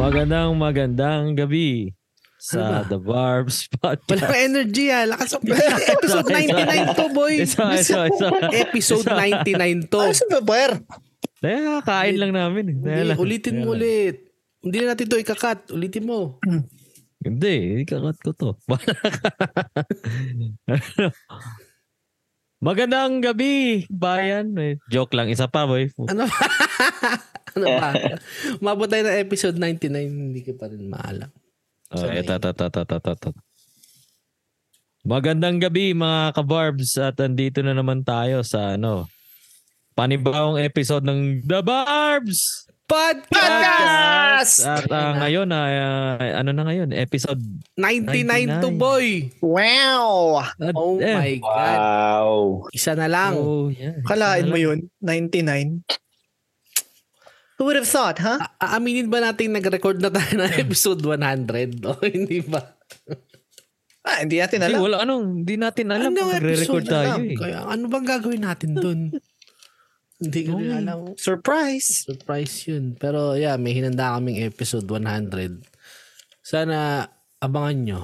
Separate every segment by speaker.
Speaker 1: Magandang magandang gabi
Speaker 2: Ano
Speaker 1: sa The Barbs Podcast.
Speaker 2: Walang energy ah. Lakas ang Episode 99 to, boy.
Speaker 1: Isa, isa,
Speaker 2: eh.
Speaker 1: isa.
Speaker 2: Episode
Speaker 1: Isa.
Speaker 2: 99 to.
Speaker 3: Ano sa paper?
Speaker 1: Teka, kain lang namin. eh. Teka
Speaker 2: Hindi,
Speaker 1: lang.
Speaker 2: ulitin
Speaker 1: Teka
Speaker 2: mo
Speaker 1: lang.
Speaker 2: ulit. Hindi na natin to ikakat. Ulitin mo.
Speaker 1: Hindi, ikakat ko to. Ano? Magandang gabi, bayan. Eh, Joke lang, isa pa boy. Oh,
Speaker 2: Ano ba? ano ba? Umabot tayo ng episode 99. Hindi ka pa rin maalam.
Speaker 1: Oh, eto, eto, eto, eto, eto, eto. Magandang gabi mga kabarbs at andito na naman tayo sa ano panibawang episode ng The Barbs
Speaker 2: Podcast!
Speaker 1: At ah, ngayon ay ah, ano na ngayon episode
Speaker 2: 99 to,
Speaker 1: 99.
Speaker 2: boy.
Speaker 3: Wow!
Speaker 1: at
Speaker 2: Oh
Speaker 1: eh.
Speaker 2: my God.
Speaker 4: Wow.
Speaker 2: Isa na lang.
Speaker 1: Oh, yeah.
Speaker 3: Kalain mo yun, 99. Who would have thought, huh?
Speaker 2: A- Aaminin ba natin nag-record na tayo ng episode 100? O hindi ba?
Speaker 3: Ah, hindi natin
Speaker 1: Hindi,
Speaker 3: alam.
Speaker 1: wala anong hindi natin alam
Speaker 2: Anong
Speaker 1: kung nagre-record
Speaker 2: episode
Speaker 1: tayo
Speaker 2: na lang?
Speaker 1: eh.
Speaker 2: Kaya ano bang gagawin natin dun? Hindi ko rin alam.
Speaker 3: Surprise!
Speaker 2: Surprise yun. Pero yeah, may hinanda kaming episode 100. Sana abangan nyo.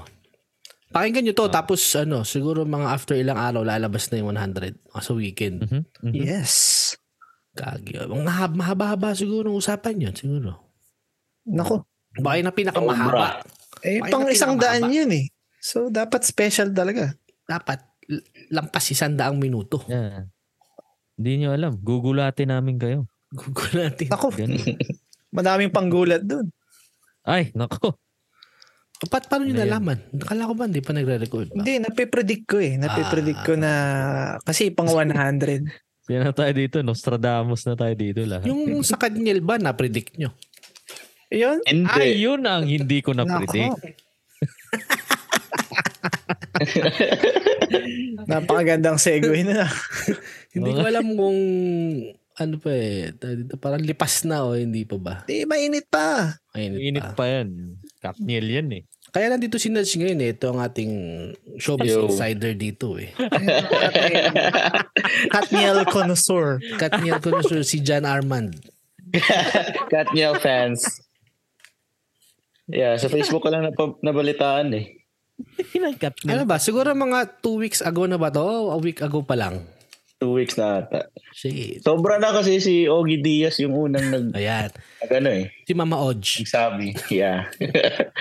Speaker 2: Pakinggan nyo
Speaker 1: Ah.
Speaker 2: to. Tapos ano, siguro mga after ilang araw lalabas na yung 100. Mga Sa weekend.
Speaker 1: Mhm, mhm.
Speaker 3: Yes.
Speaker 2: Kagi. Ang mahab- mahaba-haba siguro ang usapan yun. Siguro.
Speaker 3: Nako.
Speaker 2: Baka yun ang pinakamahaba.
Speaker 3: Eh,
Speaker 2: Ay,
Speaker 3: pang
Speaker 2: natin
Speaker 3: isang
Speaker 2: ang haba.
Speaker 3: daan yun eh. So, dapat special talaga.
Speaker 2: Dapat l- lampas isandaang minuto.
Speaker 1: Yeah. Hindi nyo alam. Gugulatin namin kayo.
Speaker 2: Google natin.
Speaker 3: Nako,
Speaker 1: Ganun.
Speaker 3: madaming panggulat dun.
Speaker 1: Ay, nako.
Speaker 2: Ba't paano nyo
Speaker 1: Ayan.
Speaker 2: nalaman? Nakala ko ba hindi pa nagre-record? Ba?
Speaker 3: Hindi, napipredict ko eh. Napipredict ko na
Speaker 1: Ah.
Speaker 3: kasi pang 100.
Speaker 1: Yan na tayo dito. Nostradamus na tayo dito lahat.
Speaker 2: Yung sa Kanyel ba, na-predict nyo?
Speaker 3: Yun?
Speaker 1: Ay,
Speaker 4: Hindi.
Speaker 1: yun ang hindi ko na-predict.
Speaker 3: Nako. Napakagandang segue na.
Speaker 2: Hindi ko alam kung ano pa eh. Tawag Dito, parang lipas na o hindi pa ba?
Speaker 3: Di, mainit pa.
Speaker 2: Mainit,
Speaker 1: Init pa
Speaker 2: pa.
Speaker 1: yan. Katniel yan eh.
Speaker 2: Kaya nandito si Nudge ngayon eh. Ito ang ating showbiz
Speaker 4: Yo.
Speaker 2: insider dito eh.
Speaker 3: Katniel connoisseur.
Speaker 2: Katniel ko na sure si John Armand.
Speaker 4: Katniel fans. Yeah, sa Facebook ko lang napa- nabalitaan eh.
Speaker 1: Pinang Katniel.
Speaker 2: Ano ba? Siguro mga two weeks ago na ba to? O a week ago pa lang.
Speaker 4: Two weeks na ata.
Speaker 2: Shit.
Speaker 4: Sobra na kasi si Ogie Diaz yung unang nag,
Speaker 2: Ayan.
Speaker 4: nag ano eh,
Speaker 2: Si Mama Odge.
Speaker 4: nagsabi. Yeah.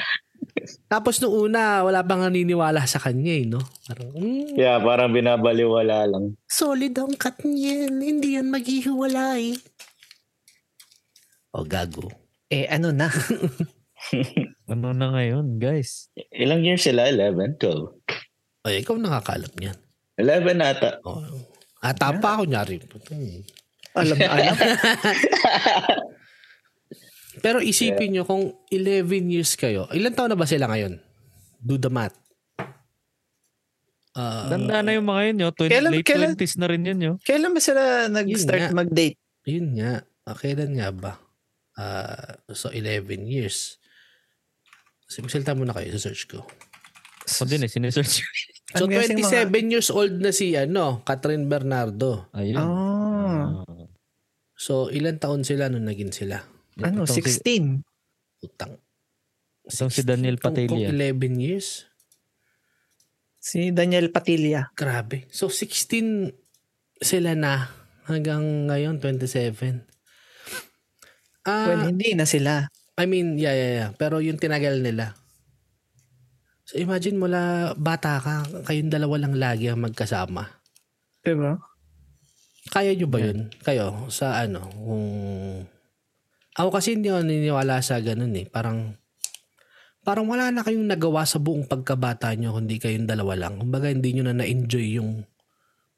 Speaker 2: Tapos nung una, wala pang naniniwala sa kanya eh, no? Parang, mm,
Speaker 4: yeah, parang binabaliwala lang.
Speaker 2: solid ang Katniel. Hindi yan maghihiwalay. O gago.
Speaker 3: Eh, ano na?
Speaker 1: Ano na ngayon, guys?
Speaker 4: Ilang years sila? 11? 12?
Speaker 2: O ikaw nakakalap niyan.
Speaker 4: 11 ata.
Speaker 2: Oh. Ah, tapa ako nyari.
Speaker 3: Alam na alam.
Speaker 2: Pero isipin nyo kung 11 years kayo, ilan taon na ba sila ngayon? Do the math. Ah,
Speaker 1: Tanda na yung mga yun, yo. 20,
Speaker 3: Kailan-
Speaker 1: late
Speaker 3: kailan-
Speaker 1: 20s na rin yun, yo.
Speaker 3: Kailan ba sila nag-start
Speaker 2: Yun nga.
Speaker 3: mag-date?
Speaker 2: yun nga. Ah, Kailan nga ba? Ah, so, 11 years. So, magsalita muna kayo sa search ko.
Speaker 1: Ako din eh, sinesearch. ko.
Speaker 2: So,
Speaker 3: Ang guessing
Speaker 2: 27 years old na si, ano, Catherine Bernardo.
Speaker 3: Mga...
Speaker 1: Ayun.
Speaker 2: Hmm.
Speaker 3: Oh.
Speaker 1: Ah.
Speaker 2: So, ilan taon sila nung naging sila?
Speaker 3: Ano,
Speaker 1: Itong si-
Speaker 3: 16?
Speaker 2: Utang.
Speaker 1: Itong si Daniel
Speaker 2: Kung- kung
Speaker 1: Patelia.
Speaker 2: 11 years?
Speaker 3: Si Daniel Patilla.
Speaker 2: Grabe. So, 16 sila na hanggang ngayon, 27. Ah,
Speaker 3: well, hindi na sila.
Speaker 2: I mean, yeah, yeah, yeah. Pero yung tinagal nila. So, imagine mula bata ka, kayong dalawa lang lagi ang magkasama.
Speaker 3: Diba?
Speaker 2: Kaya nyo ba yun? Kayo? Sa ano? Kung... Ako kasi hindi ako naniniwala sa ganun eh. Parang... Parang wala na kayong nagawa sa buong pagkabata nyo kundi kayong dalawa lang. Kumbaga hindi nyo na na-enjoy yung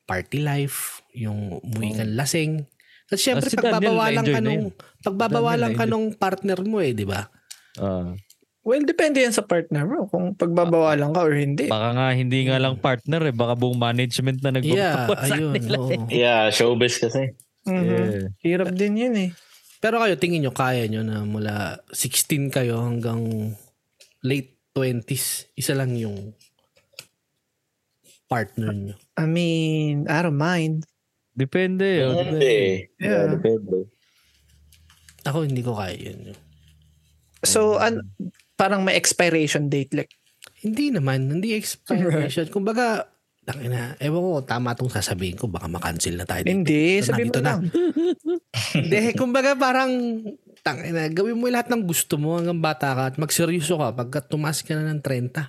Speaker 2: party life, yung umuwi kang lasing. At syempre
Speaker 1: Ah, si Daniel
Speaker 2: pagbabawalan ka
Speaker 1: na-enjoy na
Speaker 2: nung, pagbabawalan
Speaker 1: Daniel
Speaker 2: ka nung partner mo eh, di ba?
Speaker 1: Ah.
Speaker 3: Well, depende yan sa partner mo. Kung pagbabawalan ka or hindi.
Speaker 1: Baka nga hindi nga lang partner eh. Baka buong management na
Speaker 2: Yeah,
Speaker 1: nagbabawas sa
Speaker 2: ayun.
Speaker 1: nila. eh.
Speaker 2: oo.
Speaker 4: Yeah, showbiz kasi.
Speaker 2: Mm-hmm.
Speaker 3: Mhm.
Speaker 1: Yeah.
Speaker 3: Hirap din yun eh.
Speaker 2: Pero kayo, tingin nyo, kaya nyo na mula 16 kayo hanggang late 20s, isa lang yung partner nyo.
Speaker 3: I mean, I don't mind.
Speaker 1: Depende. yo.
Speaker 4: Depende.
Speaker 3: Yeah.
Speaker 4: Yeah, depende.
Speaker 2: Ako, hindi ko kaya yun.
Speaker 3: So, an parang may expiration date. Like,
Speaker 2: Hindi naman, hindi expiration. Kumbaga, tangin na, ewan ko, tama itong sasabihin ko, baka makancel na tayo. dito. Ito
Speaker 3: hindi,
Speaker 2: na,
Speaker 3: sabi mo
Speaker 2: ito na.
Speaker 3: lang.
Speaker 2: Hindi, kumbaga parang, tangin na, gawin mo lahat ng gusto mo hanggang bata ka at magseryoso ka pagka tumas ka na ng 30.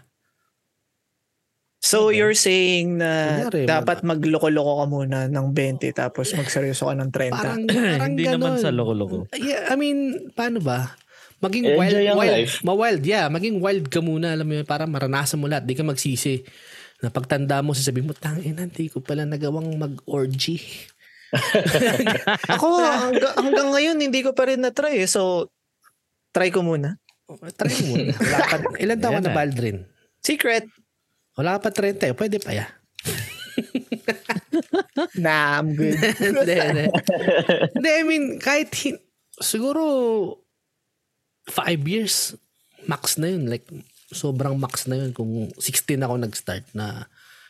Speaker 3: So, you're saying na
Speaker 2: Kunyari,
Speaker 3: dapat magloko-loko ka muna ng 20 tapos magseryoso ka ng 30.
Speaker 2: Parang, parang
Speaker 1: Hindi naman
Speaker 2: ganon.
Speaker 1: sa loko-loko.
Speaker 2: Yeah, I mean, paano ba? Maging
Speaker 4: Enjoy
Speaker 2: wild,
Speaker 4: ang
Speaker 2: wild,
Speaker 4: life.
Speaker 2: ma-wild, yeah. Maging wild ka muna, alam mo yun, para maranasan mo lahat. Di ka magsisi. Na pagtanda mo, sasabihin mo, tangin, hindi ko pala nagawang mag-orgy.
Speaker 3: Ako, hangga, hanggang ngayon, hindi ko pa rin na-try. eh. So, try ko muna.
Speaker 2: Oh, Try mo muna. Wala pa, ilan
Speaker 1: Ayan
Speaker 2: taon ka na,
Speaker 1: na.
Speaker 2: Baldrin?
Speaker 3: Secret.
Speaker 2: Wala ka pa 30, eh. pwede pa ya.
Speaker 3: Nah, I'm good.
Speaker 2: Hindi, hindi. Hindi, I mean, kahit hin- siguro five years, max na yun. Like, sobrang max na yun kung 16 ako nag-start na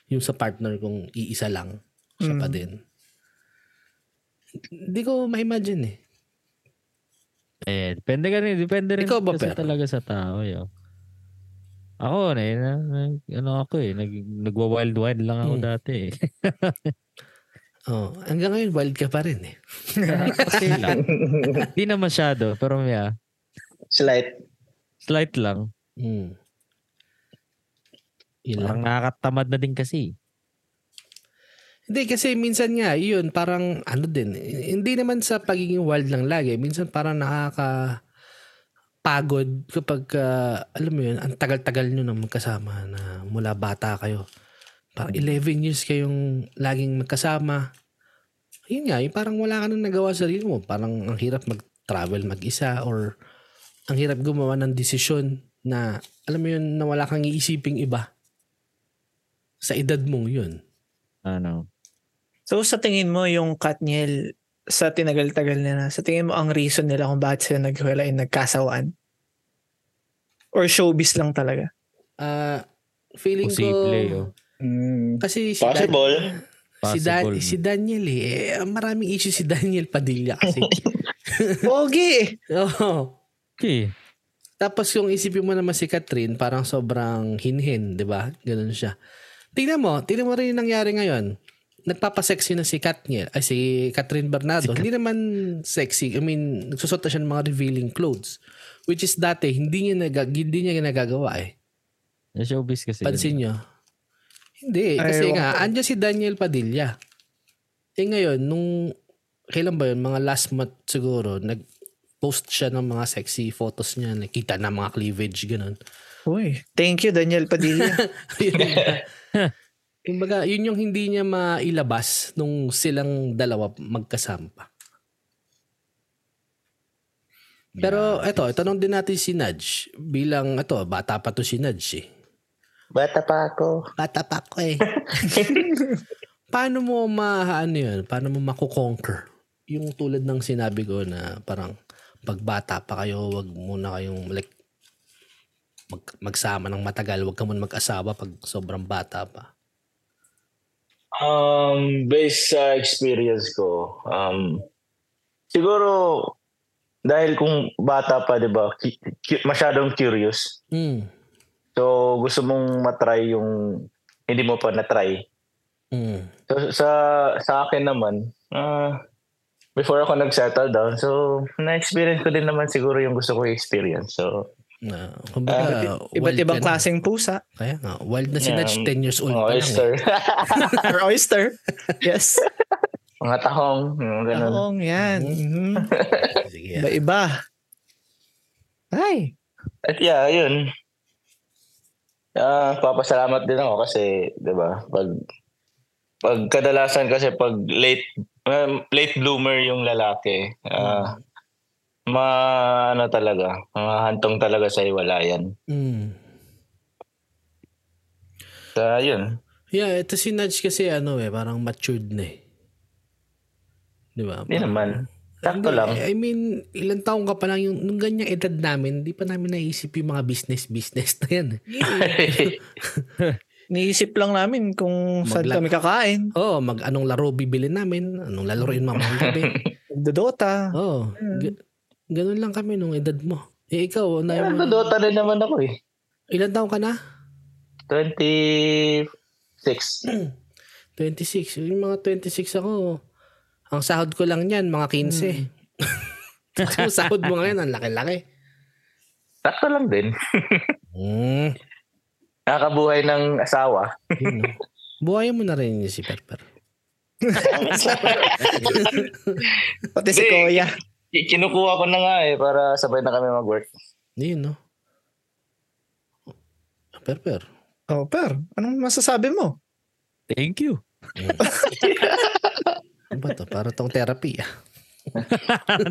Speaker 2: yung sa partner kong iisa lang. Siya pa din. Hindi ko ma-imagine eh.
Speaker 1: Eh, depende ka rin. Depende rin
Speaker 2: Ikaw ba,
Speaker 1: kasi
Speaker 2: Pero?
Speaker 1: talaga sa tao. Yo. Ako, na, na, na- ano ako eh. Nag, nagwa-wild wild lang ako
Speaker 2: Hmm.
Speaker 1: dati eh.
Speaker 2: Oh, hanggang ngayon, wild ka pa rin eh.
Speaker 1: Kasi lang. Hindi na masyado. Pero yeah,
Speaker 4: Slight.
Speaker 1: slight lang.
Speaker 2: Mm. Yun lang.
Speaker 1: Parang nakakatamad na din kasi.
Speaker 2: Hindi, kasi minsan nga, yun, parang ano din, hindi naman sa pagiging wild lang lagi. Minsan parang nakaka pagod kapag, ah, alam mo yun, ang tagal-tagal nyo na magkasama na mula bata kayo. Parang 11 years kayong laging magkasama. Yun nga, yung parang wala ka nang nagawa sa sarili mo. Parang ang hirap mag-travel mag-isa or ang hirap gumawa ng desisyon na, alam mo yun, na wala kang iisiping iba. Sa edad mo yun.
Speaker 1: Ano.
Speaker 3: so, sa tingin mo, yung Katniel, sa tinagal-tagal nila, sa tingin mo, ang reason nila kung bakit sila naghiwalay ay nagkasawaan? Or showbiz lang talaga?
Speaker 2: Ah, feeling
Speaker 1: Posible, oh.
Speaker 2: ko
Speaker 1: yo.
Speaker 4: Mm,
Speaker 2: kasi si, Dan-
Speaker 4: Possible.
Speaker 2: si, Dan-
Speaker 1: Possible.
Speaker 2: si Daniel eh, eh, maraming issue si Daniel Padilla kasi.
Speaker 3: Pogi!
Speaker 2: Oo.
Speaker 1: Okay.
Speaker 2: Tapos yung isipin mo naman si Catherine, parang sobrang hinhin, 'di ba? Ganun siya. Tingnan mo, tingnan mo rin yung nangyari ngayon. Nagpapasexy na si Katniel, ay si Catherine Bernardo. Hindi naman sexy. I mean, nagsusot na siya ng mga revealing clothes. Which is dati, hindi niya, nag- hindi niya nagagawa eh.
Speaker 1: Sa Showbiz kasi. eh.
Speaker 2: Pansin nyo? Hindi. Kasi
Speaker 3: Ay,
Speaker 2: nga,
Speaker 3: wala.
Speaker 2: andyan si Daniel Padilla. Eh ngayon, nung, kailan ba yun? Mga last month siguro, nag-post siya ng mga sexy photos niya. Nakita na mga cleavage, ganun.
Speaker 3: Uy, thank you, Daniel Padilla.
Speaker 2: Yun yung- Kumbaga, yun yung hindi niya mailabas nung silang dalawa magkasama pa. Pero eto, itanong din natin si Nudge. Bilang, eto, bata pa to si Nudge eh.
Speaker 4: Bata pa ako.
Speaker 2: Bata pa ako eh. Paano mo ma, ano yun, paano mo makukonquer? Yung tulad ng sinabi ko na parang pagbata pa kayo, wag muna kayong like, mag, magsama ng matagal, wag ka muna mag-asawa pag sobrang bata pa.
Speaker 4: Um, based sa experience ko, um, siguro, dahil kung bata pa, di ba, ki- ki- masyadong curious.
Speaker 2: Mm.
Speaker 4: So, gusto mong matry yung hindi mo pa natry.
Speaker 2: Mm.
Speaker 4: So, sa, sa akin naman, ah, before ako nag-settle down, so, na-experience ko din naman siguro yung gusto ko i-experience. So,
Speaker 2: Na, kumbaga,
Speaker 3: Iba't
Speaker 2: wild ka
Speaker 3: ibang
Speaker 2: na.
Speaker 3: klaseng pusa.
Speaker 2: Kaya nga, wild na si
Speaker 4: Yeah,
Speaker 2: Nudge, 10 years old
Speaker 4: mga
Speaker 2: pa lang. eh.
Speaker 4: oyster,
Speaker 3: Or oyster. Yes.
Speaker 4: mga tahong, mga ganun.
Speaker 3: Taong yan. Mhm.
Speaker 2: eh. Sige, yeah.
Speaker 3: Iba-iba. Ay.
Speaker 4: At yeah, yun. Ah, papasalamat din ako kasi, 'di ba? Pag pag kadalasan kasi pag late um, late bloomer yung lalaki, ah ma ano talaga, mahantong talaga sa iwalayan.
Speaker 2: Mm.
Speaker 4: Kaya yun.
Speaker 2: Yeah, ito si Nudge kasi ano eh, parang matured na eh. Di ba?
Speaker 4: Hindi
Speaker 2: Parang-
Speaker 4: naman. Sakto
Speaker 2: Hindi,
Speaker 4: lang.
Speaker 2: I mean, ilang taong ka pa lang yung nung ganyang edad namin, hindi pa namin naisip yung mga business-business na yan.
Speaker 3: Niisip lang namin kung saan
Speaker 2: Magla-
Speaker 3: kami kakain.
Speaker 2: Oo, oh, mag anong laro bibili namin, anong lalaroin mamayang gabi.
Speaker 3: Dodota.
Speaker 4: Mm.
Speaker 2: Oo, oh, ganun lang kami nung edad mo. Eh, ikaw, na,
Speaker 4: Nagdodota rin naman ako eh.
Speaker 2: ilan taon ka na?
Speaker 4: 26.
Speaker 2: 26. Yung mga 26 ako, ang sahod ko lang yan, mga 15.
Speaker 4: Mm.
Speaker 2: Kasi yung sahod mo ngayon, ang laki-laki.
Speaker 4: Sakto lang din.
Speaker 2: Mm.
Speaker 4: Nakabuhay ng asawa.
Speaker 2: Yun, no? Buhayin mo na rin yun si Perper.
Speaker 3: Pati si Kuya.
Speaker 4: Ki- Kinukuha ko na nga eh para sabay na kami mag-work.
Speaker 2: Yun, no? Perper.
Speaker 3: Oh, per, anong masasabi mo?
Speaker 1: Thank you.
Speaker 2: Ano ba to? Para tong therapy. ah.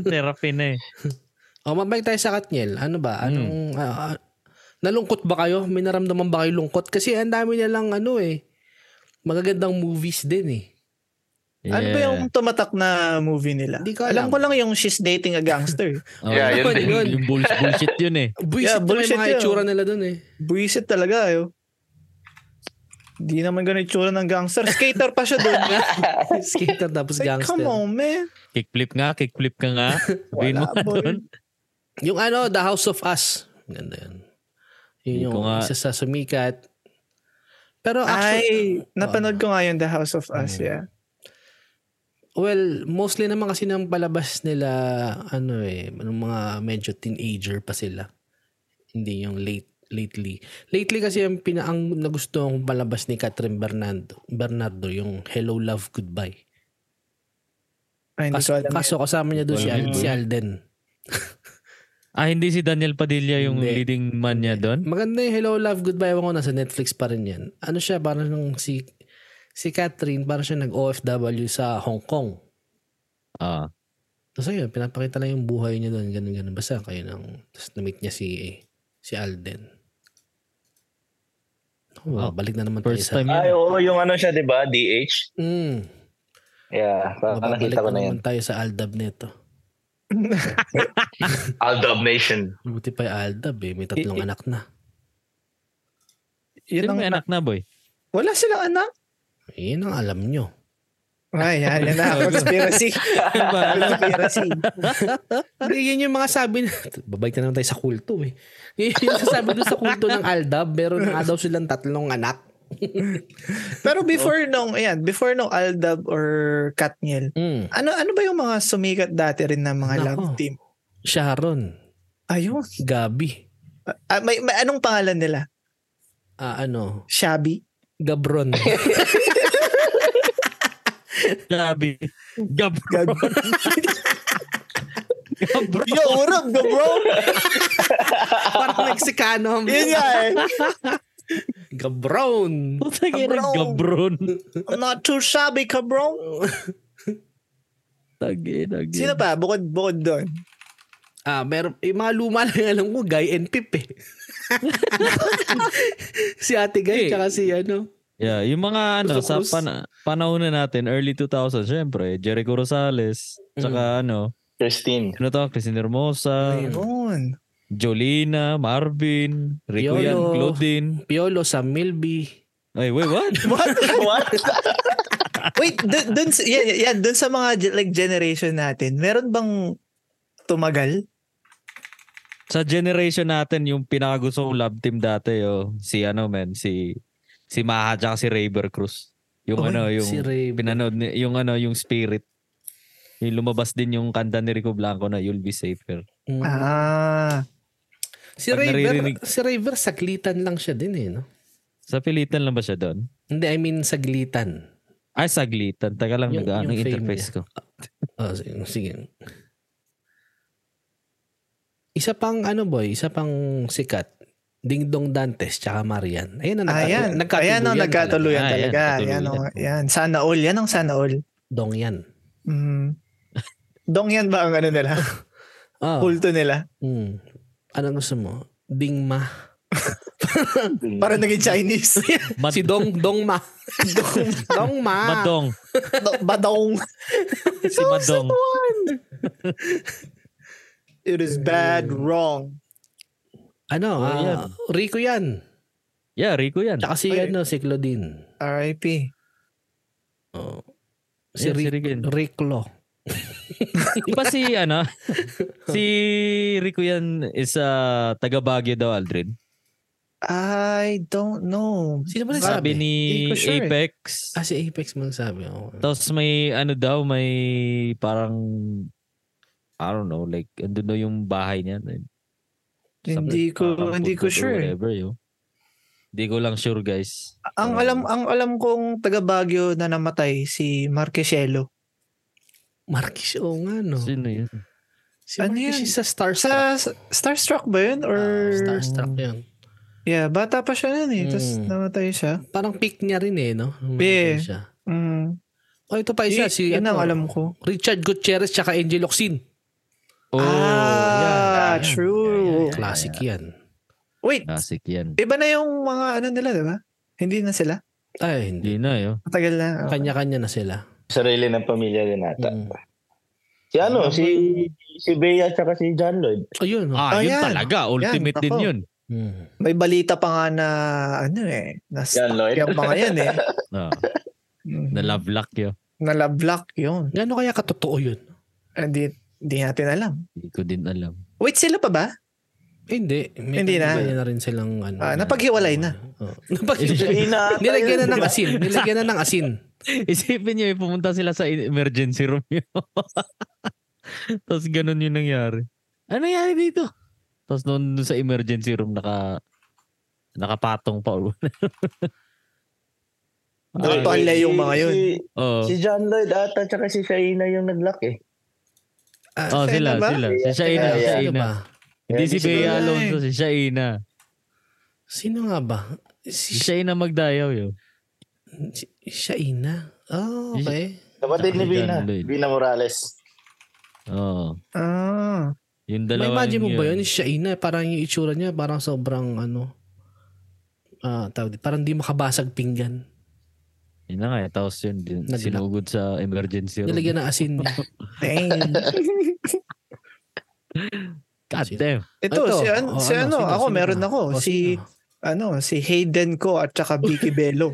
Speaker 1: Therapy na eh.
Speaker 2: O, mabalik Oh, tayo sa Katniel. Ano ba? Anong...
Speaker 3: Hmm.
Speaker 2: ah, ah, nalungkot ba kayo? May naramdaman ba kayo lungkot? Kasi ang dami na lang ano eh. Magagandang movies din eh.
Speaker 3: Ano ba yung tumatak na movie nila?
Speaker 2: Di ko
Speaker 3: alam.
Speaker 2: alam.
Speaker 3: ko lang yung She's Dating a Gangster.
Speaker 1: Oh,
Speaker 4: Yeah,
Speaker 1: yun
Speaker 2: yun
Speaker 1: din.
Speaker 2: yun.
Speaker 1: Yung bulls- bullshit yun eh.
Speaker 2: Buisit na
Speaker 3: Yeah,
Speaker 2: may
Speaker 3: bullshit
Speaker 2: mga
Speaker 3: yun.
Speaker 2: itsura nila dun eh.
Speaker 3: Buisit talaga, ayo. Di naman ganun yung tsura ng gangster. Skater pa siya doon.
Speaker 2: Skater tapos
Speaker 3: It's like,
Speaker 2: gangster.
Speaker 3: come on, man.
Speaker 1: Kickflip nga, kickflip ka nga. Sabihin mo
Speaker 3: Wala,
Speaker 1: ka
Speaker 3: boy.
Speaker 1: doon.
Speaker 2: Yung ano, The House of Us. Ganda yun. Yun
Speaker 1: Hindi
Speaker 2: yung
Speaker 1: ko nga-
Speaker 2: isa sa sumikat. Pero actually,
Speaker 3: Ay, napanood ko nga yung The House of Us, yeah.
Speaker 2: well, mostly naman kasi nang palabas nila, ano eh, nung mga medyo teenager pa sila. Hindi yung late lately. Lately kasi ang pinaang nagusto kong palabas ni Catherine Bernardo, Bernardo yung Hello Love Goodbye.
Speaker 3: Ay, hindi
Speaker 2: Kaso,
Speaker 3: ko alam.
Speaker 2: kaso kasama niya doon si,
Speaker 1: Wala
Speaker 2: Al-
Speaker 1: yun.
Speaker 2: si Alden.
Speaker 1: Ah, hindi si Daniel Padilla yung
Speaker 2: Hindi.
Speaker 1: leading man niya doon?
Speaker 2: Maganda yung Hello Love Goodbye Ewan ko nasa Netflix pa rin yan. Ano siya parang nung si si Catherine parang siya nag OFW sa Hong Kong.
Speaker 1: Ah.
Speaker 2: Tapos ayun, pinapakita lang yung buhay niya doon, ganun ganun basta kayo nang tapos na-meet niya si eh, si Alden. Oh,
Speaker 1: Wow.
Speaker 2: balik na naman
Speaker 1: First
Speaker 2: tayo
Speaker 1: time
Speaker 4: Ay,
Speaker 1: yun. eh.
Speaker 4: oo, yung ano siya, di ba? DH?
Speaker 2: sa mm,
Speaker 4: Yeah, parang
Speaker 2: mababalik
Speaker 4: nakita ko na
Speaker 2: na
Speaker 4: yun.
Speaker 2: naman tayo sa Aldab nito.
Speaker 4: Aldab Nation.
Speaker 2: Buti pa yung Aldab eh, may tatlong
Speaker 3: I-
Speaker 2: anak na.
Speaker 3: Yun
Speaker 1: Sino
Speaker 3: ang-
Speaker 1: may anak na boy?
Speaker 3: Wala silang anak.
Speaker 2: Yun ang alam nyo.
Speaker 3: Ay, yan, yan na. Conspiracy. Conspiracy.
Speaker 2: Hindi, yun yung mga sabi na... Babalik na naman tayo sa kulto eh. Yun yung sasabi doon sa kulto ng Aldab, meron na nga daw silang tatlong anak.
Speaker 3: Pero before nung, ayan, before nung Aldab or Katniel,
Speaker 2: Mm.
Speaker 3: ano ano ba yung mga sumikat dati rin ng mga
Speaker 2: Nako.
Speaker 3: love team?
Speaker 2: Sharon,
Speaker 3: Ayun.
Speaker 2: Gabi,
Speaker 3: Ah, may, may anong pangalan nila?
Speaker 2: ah, ano,
Speaker 3: Shabby?
Speaker 2: Gabron.
Speaker 1: Gabi. Gabron.
Speaker 3: Gabron.
Speaker 1: Gabron.
Speaker 3: Yo, what up, go, bro?
Speaker 2: Parang Mexicano.
Speaker 3: Yun nga eh.
Speaker 2: Gabron.
Speaker 1: Putang ina,
Speaker 3: Gabron.
Speaker 1: Gabron.
Speaker 3: I'm not too shabby, ka, bro.
Speaker 1: Tagina.
Speaker 3: Sino pa? Bukod, bukod doon.
Speaker 2: Ah, meron, yung mga luma lang alam ko, Guy and Pip eh. si Ate
Speaker 1: Eh.
Speaker 2: Guy, tsaka si ano.
Speaker 1: Yeah, yung mga ano, sa
Speaker 2: Cruz.
Speaker 1: pana- panahon na natin, early 2000, syempre, Jericho Rosales,
Speaker 3: Mm.
Speaker 1: tsaka ano,
Speaker 4: Christine.
Speaker 1: ano to, Christine Hermosa,
Speaker 3: Ayun.
Speaker 1: Jolina, Marvin, Rico
Speaker 2: Yolo.
Speaker 1: Yan, Claudine.
Speaker 2: Piolo, Sam Milby.
Speaker 1: Ay, wait, what?
Speaker 3: What? What? Wait, dun, dun, sa- yan, yan, dun sa mga ge- like generation natin, meron bang tumagal?
Speaker 1: sa generation natin, yung pinakagusto kong love team dati, oh, si ano man, si si Maha tsaka si Raver Cruz. Yung
Speaker 3: Oy,
Speaker 1: ano, yung
Speaker 2: si Ray.
Speaker 1: pinanood ni, yung ano, yung spirit. Yung lumabas din yung kanta ni Rico Blanco na You'll Be Safer.
Speaker 2: Mm.
Speaker 3: Ah.
Speaker 2: si
Speaker 1: pag
Speaker 2: Raver,
Speaker 1: naririnig-
Speaker 2: si Raver, saglitan lang siya din eh, no?
Speaker 1: Sa pilitan lang ba siya doon?
Speaker 2: Hindi, I mean saglitan.
Speaker 1: Ay, saglitan. Taga lang
Speaker 2: Yung-
Speaker 1: nag
Speaker 2: yung
Speaker 1: yung
Speaker 2: fame
Speaker 1: interface ko.
Speaker 2: Oh, sige, sige. Isa pang ano boy, isa pang sikat. Ding Dong Dantes tsaka Marian. Ayan ang nagkatu-
Speaker 3: Ayan.
Speaker 2: nagkatuluyan
Speaker 3: Ayan ang nagkatuluyan
Speaker 1: talaga.
Speaker 3: talaga.
Speaker 1: Ah, ayan,
Speaker 3: Ayan, ang,
Speaker 1: katuluyan.
Speaker 3: ayan. Sana all. Yan ang sana all.
Speaker 2: talaga. Dong yan.
Speaker 3: Mm. Dong yan ba ang ano nila?
Speaker 2: Oh,
Speaker 3: Kulto nila?
Speaker 2: mm. Anong gusto mo? Ding Ma.
Speaker 3: Para naging Chinese.
Speaker 1: Mad-
Speaker 2: si Dong Dong Ma. Dong, Dong Ma.
Speaker 1: Madong.
Speaker 3: Do- Badong.
Speaker 2: Ah!
Speaker 1: Si Madong.
Speaker 3: It is
Speaker 2: Mm.
Speaker 3: bad, wrong.
Speaker 2: Ano?
Speaker 1: Oh,
Speaker 2: ah,
Speaker 1: yan.
Speaker 2: Rico yan.
Speaker 1: Yeah, Rico yan.
Speaker 2: Tsaka si
Speaker 3: Ay.
Speaker 2: ano, si Claudine.
Speaker 3: R.I.P.
Speaker 2: Oh.
Speaker 1: Yeah,
Speaker 2: Si
Speaker 1: si
Speaker 2: Rick,
Speaker 1: Rico yan.
Speaker 2: Riclo.
Speaker 1: Di ba si, ano, si Rico yan is ah, taga Baguio daw, Aldrin.
Speaker 3: I don't know.
Speaker 2: Sino ba
Speaker 1: Sabi
Speaker 2: nagsabi?
Speaker 1: ni
Speaker 3: Hindi ko sure eh.
Speaker 1: Apex.
Speaker 2: Ah, si Apex mo nagsabi. Oh.
Speaker 1: Tapos may ano daw, may parang, I don't know, like, andun daw yung bahay niya.
Speaker 3: Hindi ko-
Speaker 1: parang
Speaker 3: hindi ko
Speaker 1: puntod or
Speaker 3: sure eh.
Speaker 1: Whatever, yo. Hindi ko lang sure, guys.
Speaker 3: Ang
Speaker 2: Oh.
Speaker 1: Um,
Speaker 3: alam ang alam kong taga Baguio na namatay si Marquesiello.
Speaker 2: Marquis, oo nga,
Speaker 3: Oh.
Speaker 2: no? Si,
Speaker 1: Sino yun?
Speaker 3: ano
Speaker 2: Marquis
Speaker 3: yun?
Speaker 2: sa Starstruck.
Speaker 3: Sa sa- Starstruck ba yun? Or,
Speaker 2: Ah, Starstruck yun.
Speaker 3: yeah, bata pa siya nun eh. Tapos
Speaker 2: Mm.
Speaker 3: namatay siya.
Speaker 2: Parang pick niya rin eh, no? Nung namatay
Speaker 3: Eh.
Speaker 2: siya.
Speaker 3: Mm.
Speaker 2: Oh, ito pa isa.
Speaker 3: Yun,
Speaker 2: Si,
Speaker 3: yun ang
Speaker 2: ano,
Speaker 3: alam ko.
Speaker 2: Richard Gutierrez tsaka Angel Locsin.
Speaker 1: Oh,
Speaker 3: Ah,
Speaker 1: yan, yan,
Speaker 3: true.
Speaker 1: yan, yan, yan,
Speaker 2: Classic
Speaker 1: yan.
Speaker 2: yan.
Speaker 3: Wait,
Speaker 2: Ah,
Speaker 1: Classic yan.
Speaker 3: iba na yung mga ano nila, di ba? Hindi na sila.
Speaker 2: Ay,
Speaker 1: Hindi
Speaker 2: hindi.
Speaker 1: na, yo.
Speaker 3: Matagal na. Oh.
Speaker 2: Kanya-kanya na sila.
Speaker 4: Sarili ng pamilya din ata.
Speaker 2: Mm.
Speaker 4: Si ano, si si Bea at si John Lloyd.
Speaker 2: Ayun, no?
Speaker 1: Ah,
Speaker 3: Oh,
Speaker 1: yun
Speaker 3: yan.
Speaker 1: talaga. Ultimate
Speaker 3: Yan,
Speaker 1: din
Speaker 3: ako.
Speaker 1: yun.
Speaker 2: Mm.
Speaker 3: May balita pa nga na ano eh. Na
Speaker 4: Yan, Lloyd.
Speaker 3: yung mga yan eh.
Speaker 1: Ah,
Speaker 3: Mm.
Speaker 1: na love luck yo.
Speaker 3: Nalablock yun.
Speaker 2: Gano'n kaya katotoo yun?
Speaker 3: Hindi, hindi natin alam.
Speaker 1: Hindi ko din alam.
Speaker 3: Wait, sila pa ba?
Speaker 2: Eh, hindi. May
Speaker 3: Hindi na.
Speaker 2: kanya-kanya rin silang ano.
Speaker 3: Ah, napaghiwalay na.
Speaker 2: Oo. Napaghiwalay.
Speaker 4: Ina.
Speaker 2: Nilagyan na ng asin. Nilagyan na ng asin.
Speaker 1: Isipin niyo, eh, pumunta sila sa emergency room yun. Tapos ganun yung nangyari. Ano nangyari dito? Tapos noon dun sa emergency room, naka, nakapatong pa. or whatever.
Speaker 4: Ah,
Speaker 1: Ah,
Speaker 3: Dapat pa nila yung mga yun.
Speaker 4: Si,
Speaker 1: Oo.
Speaker 4: si John Lloyd ata at si Shaina yung nag-lock eh.
Speaker 2: Ah,
Speaker 1: Oh,
Speaker 3: Shaina
Speaker 1: sila,
Speaker 3: ba?
Speaker 1: sila. Si Shaina,
Speaker 4: Yeah,
Speaker 1: si
Speaker 4: yeah.
Speaker 2: sino
Speaker 1: Shaina.
Speaker 2: ba?
Speaker 1: Hindi si
Speaker 4: Yeah, di si
Speaker 1: Bea
Speaker 3: Lola eh.
Speaker 1: Alonso, si Shaina.
Speaker 2: Sino nga ba?
Speaker 1: Si
Speaker 2: Si,
Speaker 1: Shaina magdayaw yun.
Speaker 2: si Shaina. Oh,
Speaker 1: Si-
Speaker 2: okay.
Speaker 4: Kapatid ni
Speaker 1: Si John
Speaker 4: Bina.
Speaker 1: Lloyd.
Speaker 4: Bina Morales.
Speaker 1: Oo.
Speaker 3: Ah.
Speaker 1: Yung
Speaker 2: May
Speaker 1: dalawa
Speaker 2: imagine mo ba yun? Shaina, parang yung itsura niya, parang sobrang ano, ah, tawag dito, parang di makabasag pinggan.
Speaker 1: Yun na nga, eh. tapos yun, din-
Speaker 2: Nag-lock.
Speaker 1: sinugod sa emergency room.
Speaker 2: Nilagyan ng asin.
Speaker 3: Dang.
Speaker 1: God Ah, damn.
Speaker 3: Ito,
Speaker 2: Ito.
Speaker 3: si, an-
Speaker 2: Oh,
Speaker 3: si
Speaker 2: ano,
Speaker 3: ano,
Speaker 2: sino,
Speaker 3: ako
Speaker 2: sino
Speaker 3: meron
Speaker 2: ba?
Speaker 3: ako.
Speaker 2: Oh,
Speaker 3: si,
Speaker 2: sino?
Speaker 3: ano, si Hayden ko at saka Vicky Bello.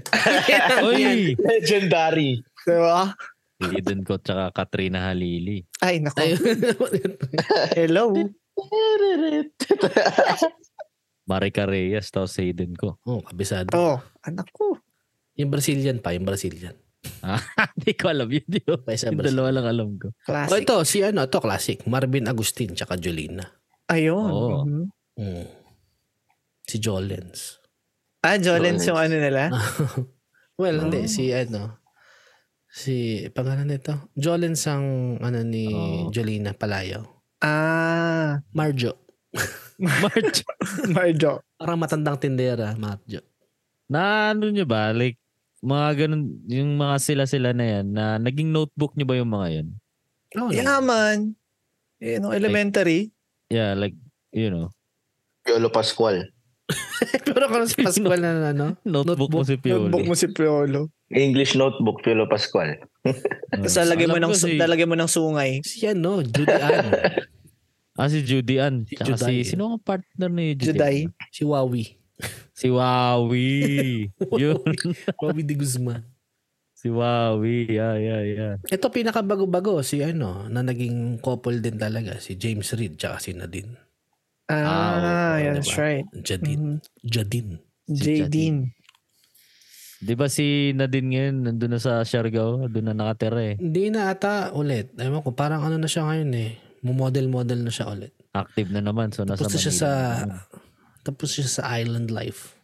Speaker 1: Uy!
Speaker 4: Legendary.
Speaker 3: diba?
Speaker 1: Hayden ko tsaka Katrina Halili.
Speaker 3: Ay, nako.
Speaker 2: Ayun.
Speaker 3: Hello.
Speaker 1: Marika Reyes, tapos Hayden ko.
Speaker 2: oh, kabisado.
Speaker 3: Oh, anak ko.
Speaker 2: Yung Brazilian pa, yung Brazilian.
Speaker 1: Hindi ko alam yun. Di ba?
Speaker 2: Pa isa
Speaker 1: Yung
Speaker 2: Brazilian.
Speaker 1: dalawa lang alam ko.
Speaker 2: Oh,
Speaker 3: Classic.
Speaker 2: ito, si ano, ito classic. Marvin Agustin, tsaka Jolina.
Speaker 3: Ayun.
Speaker 1: Oo.
Speaker 3: Mhm.
Speaker 2: Mm. Si Jolens.
Speaker 3: Ah, Jolens
Speaker 4: Jolens.
Speaker 3: yung ano nila.
Speaker 2: Well, hindi. Si ano, si, pangalan nito? Jolens ang, ano, ni
Speaker 1: Oo.
Speaker 2: Jolina Palayo.
Speaker 3: Ah,
Speaker 2: Marjo.
Speaker 1: March.
Speaker 3: Marjo.
Speaker 2: Parang matandang tindera, Marjo.
Speaker 1: na ano nyo ba? Like, mga ganun, yung mga sila-sila na yan, na naging notebook nyo ba yung mga yan?
Speaker 2: Oh,
Speaker 3: Yaman. Eh, nung elementary.
Speaker 1: Yeah, like, you know,
Speaker 4: Yolo Pascual.
Speaker 2: Pero kung sa Pascual na ano,
Speaker 1: notebook, mo
Speaker 2: Notebook.
Speaker 1: si Pioli.
Speaker 3: Notebook mo si Piolo.
Speaker 4: English notebook, Yolo Pascual.
Speaker 1: Ah.
Speaker 3: Mm. Tapos lalagay mo,
Speaker 1: Alam
Speaker 3: ng,
Speaker 1: ko si,
Speaker 3: lalagay mo ng sungay.
Speaker 2: si ano, Judy Ann,
Speaker 1: ah, si Judy Ann.
Speaker 2: Si
Speaker 1: Tsaka
Speaker 2: Juday.
Speaker 1: si, sino ang partner ni Judy?
Speaker 3: Juday.
Speaker 1: Ann?
Speaker 2: si Wawi.
Speaker 1: Si Wawi. yun.
Speaker 2: Wawi de Guzman.
Speaker 1: si Wawi. Yeah, yeah, yeah.
Speaker 2: Ito pinakabago-bago, si ano, na naging couple din talaga, si James Reid, tsaka si Nadine.
Speaker 3: Ah,
Speaker 1: Ah, oo,
Speaker 3: that's
Speaker 2: diba?
Speaker 3: right.
Speaker 2: Jadine.
Speaker 3: Mhm.
Speaker 2: Jadine.
Speaker 1: Si
Speaker 3: Jadine.
Speaker 1: Di ba si Nadine ngayon, nandun na sa Siargao, doon na nakatira eh.
Speaker 2: Hindi na ata ulit. Ewan ko, parang ano na siya ngayon eh. Mumodel-model na siya ulit.
Speaker 1: Active na naman, so nasa
Speaker 2: Tapos na siya sa,
Speaker 1: Manila na yun.
Speaker 2: tapos siya sa island life.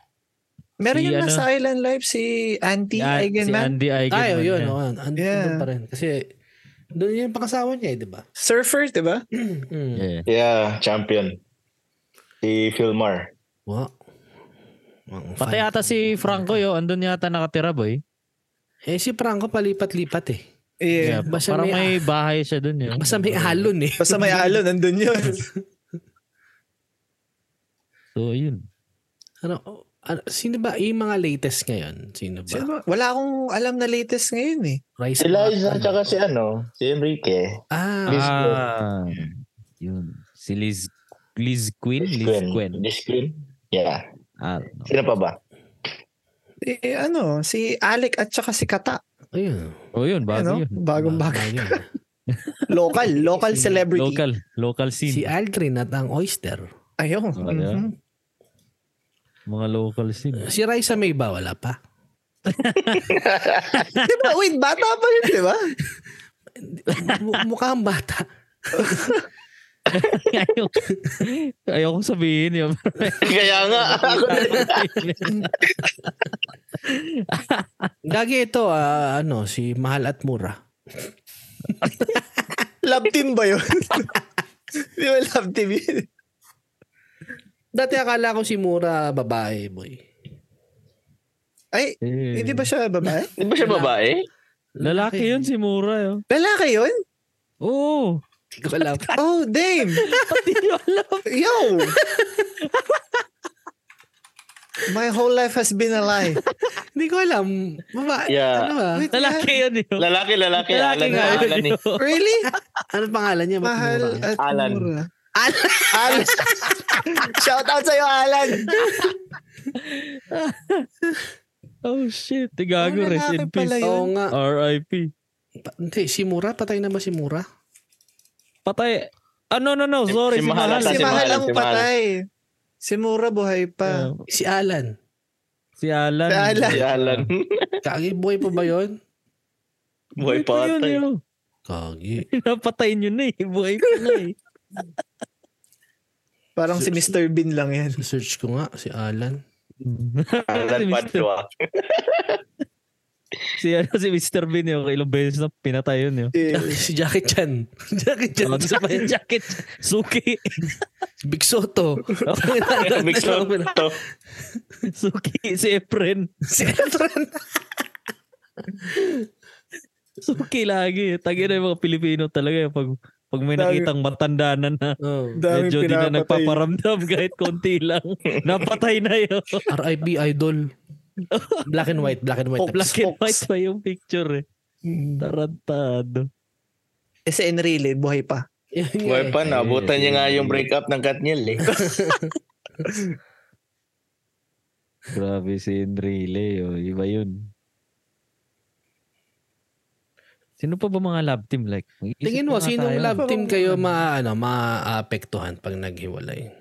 Speaker 3: Meron
Speaker 1: Si
Speaker 3: yung
Speaker 1: ano?
Speaker 3: nasa Island Life, si Auntie
Speaker 1: Ah, si
Speaker 3: Eigenman.
Speaker 1: Andy Eigenman.
Speaker 2: Ay, oh, yun.
Speaker 1: yeah.
Speaker 2: Oh, and,
Speaker 3: Yeah.
Speaker 2: pa rin. Kasi, doon yung pangasawa niya eh, di ba?
Speaker 3: Surfer, di ba?
Speaker 2: Mm.
Speaker 1: Yeah.
Speaker 4: Yeah, champion. Si Filmar.
Speaker 2: Wow. Ang
Speaker 1: Pati
Speaker 2: fine.
Speaker 1: ata si Franco yo, andun yata nakatira boy.
Speaker 2: Eh, si Franco palipat-lipat eh.
Speaker 3: Yeah.
Speaker 1: Yeah, pa-
Speaker 2: Basta
Speaker 1: parang may
Speaker 2: may-
Speaker 1: bahay siya dun yun.
Speaker 2: Basta may alon eh.
Speaker 3: Basta may alo, nandun yun.
Speaker 1: So, yun.
Speaker 2: Ano, ano, sino ba? Yung mga latest ngayon? Sino ba?
Speaker 3: Sino ba? Wala akong alam na latest ngayon eh.
Speaker 2: Rice
Speaker 4: Si Liza
Speaker 2: Mat-
Speaker 4: tsaka si ano, si Enrique.
Speaker 2: Ah,
Speaker 4: Liz Gwen.
Speaker 1: Ah, yun. Si Liz, Liz Queen?
Speaker 4: Liz
Speaker 1: Liz Quinn.
Speaker 4: Quinn. Liz Quinn. Yeah.
Speaker 1: Ah, no.
Speaker 4: Sino pa ba?
Speaker 3: Eh, ano, si Alec at saka si Kata.
Speaker 2: ayun.
Speaker 1: Oh, yun. Bago
Speaker 3: ano?
Speaker 1: yun.
Speaker 3: Bagong bago.
Speaker 2: Bagay.
Speaker 3: Local. Local
Speaker 2: Si-
Speaker 3: celebrity.
Speaker 1: Local. Local
Speaker 2: Si
Speaker 1: scene.
Speaker 2: Aldrin at ang Oyster.
Speaker 3: Ayun.
Speaker 1: Oh, yeah.
Speaker 3: Mhm.
Speaker 1: Mga local scene.
Speaker 2: Si Raisa May ba? Wala pa.
Speaker 3: Diba? Wait, bata pa diba? rin, di ba?
Speaker 2: Mu- Mukha ang bata.
Speaker 1: Ayaw, ayaw kong sabihin yun.
Speaker 4: Kaya nga.
Speaker 2: Gagi ito, ah, ano, si Mahal at Mura.
Speaker 3: Love team ba yun? di ba love team yun?
Speaker 2: Dati akala ko si Mura babae, boy.
Speaker 3: Ay, Eh, hindi ba siya babae?
Speaker 4: Di ba siya
Speaker 1: Eh,
Speaker 4: babae?
Speaker 1: Lalaki yun si Mura. Yun.
Speaker 3: Lalaki yun?
Speaker 1: Oo.
Speaker 2: Hindi ko alam.
Speaker 3: Oh, damn.
Speaker 1: Hindi nyo alam.
Speaker 3: Yo! My whole life has been a lie.
Speaker 2: Hindi ko alam. Babae.
Speaker 4: Yeah.
Speaker 2: Ano ba?
Speaker 3: Wait,
Speaker 1: Lalaki yun yun.
Speaker 4: Lalaki, lalaki.
Speaker 1: Lalaki
Speaker 4: Alan,
Speaker 1: nga yun.
Speaker 4: Alan eh.
Speaker 1: yun.
Speaker 3: Really?
Speaker 2: Ano pangalan niya? Ba't
Speaker 3: Mahal
Speaker 2: Mura?
Speaker 3: at
Speaker 4: Alan.
Speaker 3: mura.
Speaker 2: Alan.
Speaker 3: Alan. Shout out sa'yo, Alan.
Speaker 1: Oh shit. Tigago.
Speaker 3: Oh,
Speaker 1: Rest
Speaker 3: lalaki
Speaker 1: in
Speaker 3: pala
Speaker 1: peace.
Speaker 3: yun.
Speaker 2: Oo nga.
Speaker 1: R.I.P.
Speaker 2: Pa- Hindi, si Mura. Patay na ba si Mura?
Speaker 1: Patay. Ah, no, no, no. Sorry.
Speaker 4: Si-
Speaker 1: Si,
Speaker 4: si Mahal
Speaker 1: Mahal.
Speaker 4: ata
Speaker 3: Si
Speaker 4: Si
Speaker 3: Mahal
Speaker 4: Mahal,
Speaker 3: ang
Speaker 4: si Mahal.
Speaker 3: patay. Si Mura buhay pa.
Speaker 1: Ah,
Speaker 2: Si Alan.
Speaker 1: si Alan.
Speaker 3: Si Alan.
Speaker 4: Si Alan.
Speaker 2: Kagi, boy pa ba yun?
Speaker 4: Buhay pa
Speaker 1: yun,
Speaker 4: ata.
Speaker 1: yun.
Speaker 2: Kagi.
Speaker 1: Napatay nyo na eh. Buhay pa na eh.
Speaker 3: Parang si Mr. Bean lang yan.
Speaker 2: Search ko nga, si Alan.
Speaker 4: Alan
Speaker 1: Si Mr.
Speaker 4: Padua.
Speaker 1: si, ano, si Mr. Bean yun. Ilang beses na pinatay yun yun.
Speaker 3: Eh,
Speaker 2: si Jackie Chan. Jackie Chan.
Speaker 1: Ano, sa may jacket. Suki.
Speaker 2: Big Soto.
Speaker 4: Big shot to.
Speaker 1: Suki. Si Efren.
Speaker 2: si Efren.
Speaker 1: Suki lagi. eh. Tagi na yung mga Pilipino talaga. eh. Pag, pag may
Speaker 3: Dami.
Speaker 1: nakitang matanda na na
Speaker 2: Oh.
Speaker 3: daming
Speaker 1: medyo di na
Speaker 3: pinapatay.
Speaker 1: nagpaparamdam kahit konti lang. Napatay na yun.
Speaker 2: R.I.P. Idol. Black and white, black and white.
Speaker 3: Oh,
Speaker 1: Black and white pa yung picture eh. Tarantado.
Speaker 3: Eh, si Enrile, buhay pa.
Speaker 2: Yan nga
Speaker 4: Buhay
Speaker 2: eh.
Speaker 4: pa na. Abutan niya nga yung breakup ng Katniel eh.
Speaker 1: Grabe si Enrile. Oh. Iba yun. Sino pa ba mga lab team like? mag-iisip
Speaker 2: Tingin
Speaker 1: na
Speaker 2: mo,
Speaker 1: nga
Speaker 2: sinong
Speaker 1: tayo.
Speaker 2: love team kayo ma, ano, maapektuhan pag naghiwalay?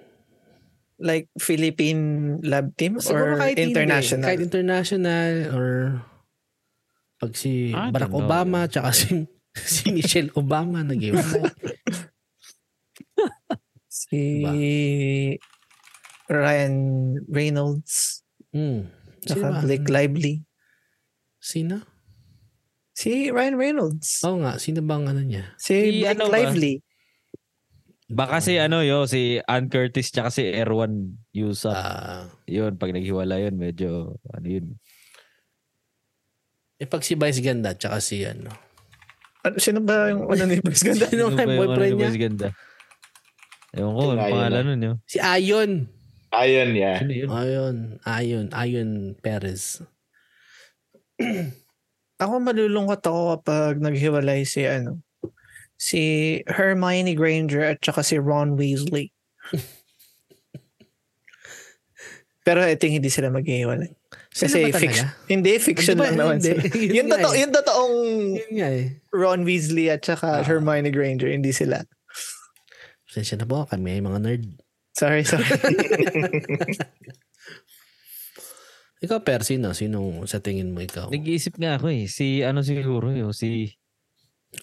Speaker 3: Like, Philippine lab team
Speaker 2: Siguro
Speaker 3: or
Speaker 2: kahit hindi.
Speaker 3: international?
Speaker 2: Kahit international or pag
Speaker 1: I
Speaker 2: si
Speaker 1: don't
Speaker 2: Barack
Speaker 1: know.
Speaker 2: Obama tsaka si, si Michelle Obama naghiwalay.
Speaker 3: si
Speaker 2: Diba?
Speaker 3: Ryan Reynolds.
Speaker 2: mm. Sino
Speaker 3: Saka
Speaker 2: ba? Hmm.
Speaker 3: Blake Lively.
Speaker 2: Sino?
Speaker 3: Si Ryan Reynolds.
Speaker 2: Oo nga, sino bang ano niya?
Speaker 3: Si,
Speaker 1: Si
Speaker 3: Blake
Speaker 1: ano ba?
Speaker 3: Lively.
Speaker 1: Baka si ano yo, si Ann Curtis tsaka si Erwan Yusa.
Speaker 2: Ah,
Speaker 1: Yun, pag naghiwala yun, medyo ano yun.
Speaker 2: eh pag si Vice Ganda tsaka si ano.
Speaker 3: Ano, sino ba yung ano ni Boys Ganda?
Speaker 2: Sino
Speaker 1: ba
Speaker 2: kay
Speaker 1: yung
Speaker 2: boyfriend
Speaker 1: ano ni
Speaker 2: niya?
Speaker 1: Boys Ganda? Ewan ko,
Speaker 4: Sino
Speaker 1: ang
Speaker 4: yun,
Speaker 1: pangalan
Speaker 4: ah?
Speaker 1: nun yun.
Speaker 2: Si Ayon.
Speaker 4: Ayun, yeah.
Speaker 1: Sino yun?
Speaker 2: Ayon, Ayon, Ayon Perez.
Speaker 3: Ako malulungkot ako kapag naghiwalay si ano si Hermione Granger at saka si Ron Weasley. Pero I think hindi sila maghihiwalay.
Speaker 2: Sino
Speaker 3: Kasi
Speaker 2: ba talaga?
Speaker 3: fic- hindi, fiction
Speaker 2: Hindi ba-
Speaker 3: lang naman
Speaker 2: hindi.
Speaker 3: sila.
Speaker 2: Yun
Speaker 3: yung,
Speaker 2: nga
Speaker 3: totoo,
Speaker 2: eh.
Speaker 3: yung totoong
Speaker 2: Yun nga eh.
Speaker 3: Ron Weasley at
Speaker 2: Ah.
Speaker 3: saka Hermione Granger, hindi sila.
Speaker 2: Pasensya na po kami ay mga nerd.
Speaker 3: Sorry, sorry.
Speaker 2: Ikaw, Per, sino? Sinong sa tingin mo ikaw?
Speaker 1: Nag-iisip nga ako eh. Si ano siguro yun. Si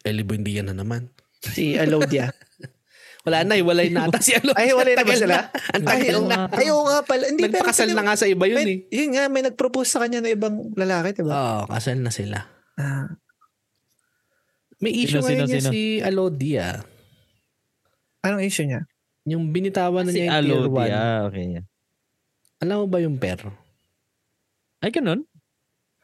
Speaker 2: Eli Buendia na naman.
Speaker 3: si Alodia.
Speaker 2: Wala na, iwalay na ata si Alo.
Speaker 3: Ay, wala na ba
Speaker 2: Tagal
Speaker 3: sila?
Speaker 2: Ang
Speaker 3: Ay,
Speaker 2: tagal
Speaker 3: oo
Speaker 2: na.
Speaker 3: nga- ay, oo nga pala. Hindi, pero
Speaker 2: Nagpakasal
Speaker 3: sila-
Speaker 2: na nga sa iba yun eh.
Speaker 3: may, yun nga, may nag-propose sa kanya na ibang lalaki, diba?
Speaker 2: Oo, kasal na sila.
Speaker 3: Ah.
Speaker 2: May issue
Speaker 1: Sino,
Speaker 2: ngayon
Speaker 1: sino,
Speaker 2: niya
Speaker 1: sino?
Speaker 2: si Alodia.
Speaker 3: Anong issue niya?
Speaker 2: Yung binitawan na
Speaker 1: si
Speaker 2: niya yung tier
Speaker 1: Alodi.
Speaker 2: 1.
Speaker 1: Ah, okay.
Speaker 2: Alam mo ba yung Per?
Speaker 1: Ay, ganun?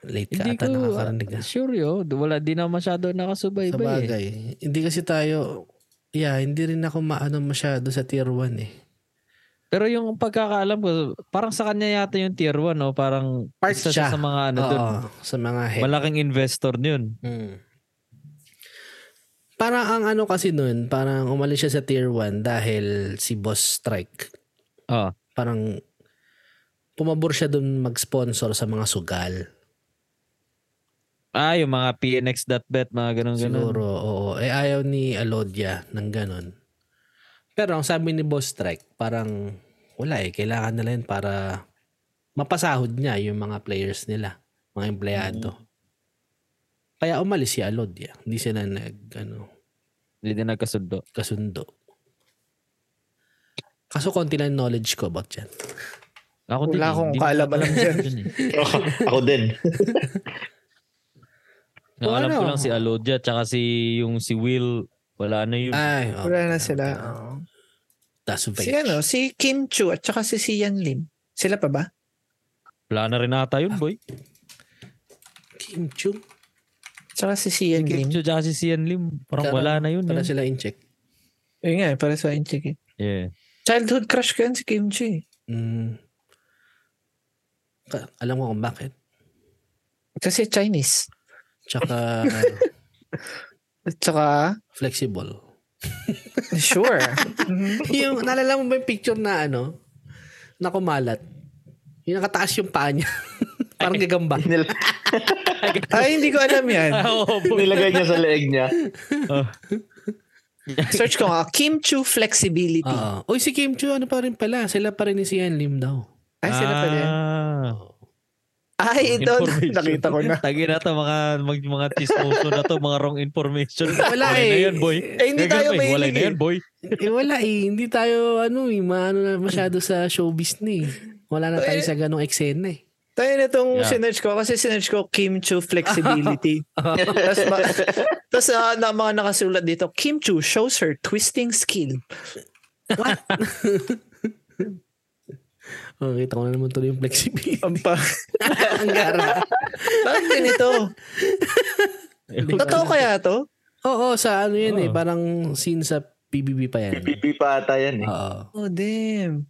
Speaker 2: Late ka
Speaker 1: Hindi
Speaker 2: ata
Speaker 1: ko
Speaker 2: nakakarinig.
Speaker 1: ah, sure yun. Wala, di na masyado
Speaker 2: Sa
Speaker 1: nakasubaybay eh.
Speaker 2: bagay. Hindi kasi tayo, yeah, hindi rin ako maano masyado sa tier 1 eh.
Speaker 1: Pero yung pagkakaalam ko, parang sa kanya yata yung tier 1, no? Parang
Speaker 2: Part
Speaker 1: isa
Speaker 2: siya.
Speaker 1: sa mga ano
Speaker 2: Oo,
Speaker 1: dun.
Speaker 2: sa mga head.
Speaker 1: Malaking investor yun.
Speaker 2: Mm. Parang ang ano kasi nun, parang umalis siya sa tier 1 dahil si Boss Strike.
Speaker 1: Ah,
Speaker 2: Parang pumabor siya dun mag-sponsor sa mga sugal.
Speaker 1: Ah, yung mga PNX.bet, mga ganun ganun.
Speaker 2: Siguro, oo. Eh, ayaw ni Alodia ng ganun. Pero ang sabi ni Boss Strike, parang wala eh. Kailangan nila yun para mapasahod niya yung mga players nila, mga empleyado.
Speaker 1: Mm.
Speaker 2: Kaya umalis si Alodia. Hindi sila nag, ano,
Speaker 1: Hindi din nagkasundo.
Speaker 2: kasundo. Kaso konti lang knowledge ko about yan.
Speaker 1: Ako
Speaker 3: Wala
Speaker 1: eh,
Speaker 3: akong
Speaker 1: hindi ko
Speaker 3: kaalam-alam
Speaker 1: alam
Speaker 3: dyan.
Speaker 1: eh.
Speaker 4: ako, ako din.
Speaker 1: Ang
Speaker 2: Wala.
Speaker 1: alam
Speaker 3: ano?
Speaker 1: ko lang si Alodia, tsaka si, yung si Will, wala na
Speaker 3: Ah.
Speaker 1: yun.
Speaker 2: Ay, oh.
Speaker 3: Wala na sila. Oo.
Speaker 2: That's a
Speaker 3: Si
Speaker 2: bitch.
Speaker 3: ano, si Kim Chu at saka si Sian Lim. Sila pa ba?
Speaker 1: Wala na rin ata yun, boy.
Speaker 2: Kim Chung.
Speaker 3: Tsaka si Sian
Speaker 1: Kim
Speaker 3: Lim.
Speaker 1: Chu, tsaka si Sian Lim. Parang
Speaker 2: Parang
Speaker 1: wala na yun. eh.
Speaker 2: Wala
Speaker 1: yun.
Speaker 2: sila in-check.
Speaker 3: Yun nga, eh, para sa akin, sige.
Speaker 1: Yeah.
Speaker 3: Childhood crush ko yun si Kim Chu. eh.
Speaker 2: Mm. Ka- alam ko kung bakit.
Speaker 3: Kasi Chinese.
Speaker 2: Tsaka
Speaker 3: At saka,
Speaker 2: flexible.
Speaker 3: sure. Mhm.
Speaker 2: yung, naalala mo ba yung picture na ano, na kumalat? Yung nakataas yung paa niya. Parang gagamba.
Speaker 4: Nil-
Speaker 3: Ay, hindi ko alam yan.
Speaker 1: Oo, boy.
Speaker 4: nilagay niya sa leeg niya.
Speaker 3: Search ko nga, Kim Chu Flexibility.
Speaker 2: Oo. Uy, si Kim Chu, ano pa rin pala? Sila pa rin ni Sian Lim daw.
Speaker 3: Ay, sila pa din.
Speaker 1: Ah.
Speaker 3: Ay, ito,
Speaker 1: Information.
Speaker 3: nakita ko na.
Speaker 1: Tagi na to, mga, mag, mga chismoso na to, mga wrong information.
Speaker 2: Wala
Speaker 1: na
Speaker 2: eh.
Speaker 1: yan, boy.
Speaker 3: Eh, hindi tayo
Speaker 1: Gagawin, Wala
Speaker 3: mahilig
Speaker 1: na
Speaker 3: eh.
Speaker 1: yan, boy.
Speaker 2: Eh, wala eh. Hindi tayo, ano eh, maano na masyado sa showbiz ni. Wala na tayo sa ganong eksena eh.
Speaker 3: Tayo na itong
Speaker 1: Yeah.
Speaker 3: sinerge ko kasi sinerge ko Kim Chu Flexibility. Tapos ma- tas, ah, na, mga nakasulat dito, Kim Chu shows her twisting skill.
Speaker 2: Oh, kita ko na naman tuloy yung flexibility.
Speaker 3: Ang pa.
Speaker 2: Ang gara.
Speaker 3: Bakit ganito? Totoo kaya to?
Speaker 2: Oo, sa ano yun eh.
Speaker 1: Oo.
Speaker 2: Parang scene sa PBB pa yan.
Speaker 4: Pipipi pa ata yan eh.
Speaker 2: Oo.
Speaker 3: Oh, damn.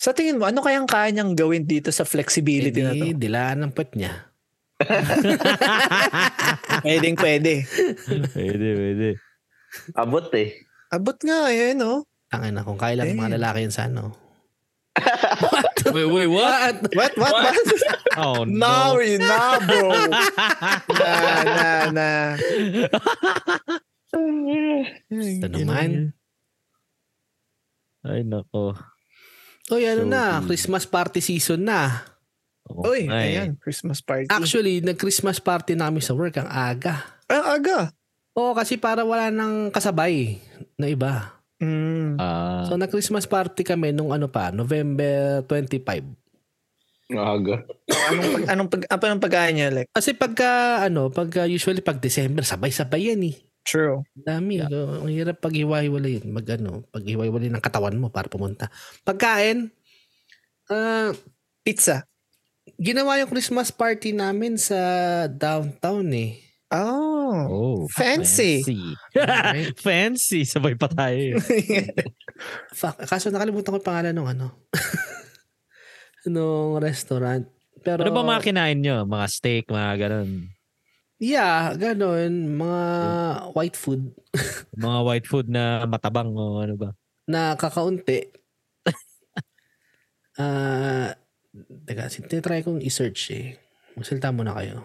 Speaker 3: Sa tingin mo, ano kayang kaya niyang gawin dito sa flexibility na to?
Speaker 2: Hindi, Eh, dilaan ng puwet niya.
Speaker 3: Pwedeng pwede.
Speaker 1: Pwede, pwede.
Speaker 4: Abot eh.
Speaker 3: Abot nga, yun oh.
Speaker 2: Tangin na, kung kailan
Speaker 3: Eh.
Speaker 2: mga lalaki yun sa ano.
Speaker 1: Wait, wait, what?
Speaker 3: What, what, what?
Speaker 1: Oh, no.
Speaker 3: No, no, bro. na, na, na.
Speaker 2: Ito naman.
Speaker 1: Ay, nako.
Speaker 2: Uy, ano
Speaker 1: So,
Speaker 2: na,
Speaker 1: mm.
Speaker 2: Christmas party season na.
Speaker 1: Oo,
Speaker 3: Uy,
Speaker 1: ay.
Speaker 3: ayan, Christmas party.
Speaker 2: Actually, nag-Christmas party na kami sa work ang aga.
Speaker 3: Ah, aga.
Speaker 2: Oo, kasi para wala nang kasabay na iba.
Speaker 3: Mm.
Speaker 1: Ah,
Speaker 2: So, nag-Christmas party kami nung ano pa, November 25.
Speaker 4: Maaga.
Speaker 3: anong pag, anong pag, ah, anong pagkain niya, like?
Speaker 2: Kasi pagka, ano, pagka usually pag December, sabay-sabay yan eh.
Speaker 3: True.
Speaker 2: Dami. So, ang hirap pag hiwa-hiwalay yun. Mag ano, pag hiwa-hiwalay ng katawan mo para pumunta. Pagkain, ah,
Speaker 3: Pizza.
Speaker 2: ginawa yung Christmas party namin sa downtown eh.
Speaker 3: Oh.
Speaker 1: oh.
Speaker 3: Fancy.
Speaker 1: Fancy. Fancy. Sabay pa tayo. eh.
Speaker 2: Fuck, kaso nakalimutan ko yung pangalan nung ano. nung restaurant. Pero,
Speaker 1: Ano ba mga kinain nyo? Mga steak, mga ganun.
Speaker 2: Yeah, ganun. Mga white food
Speaker 1: Mga white food na matabang o ano ba?
Speaker 2: na kakaunti. Ah, teka, sin- tinatry kong i-search eh. Magsalita muna kayo.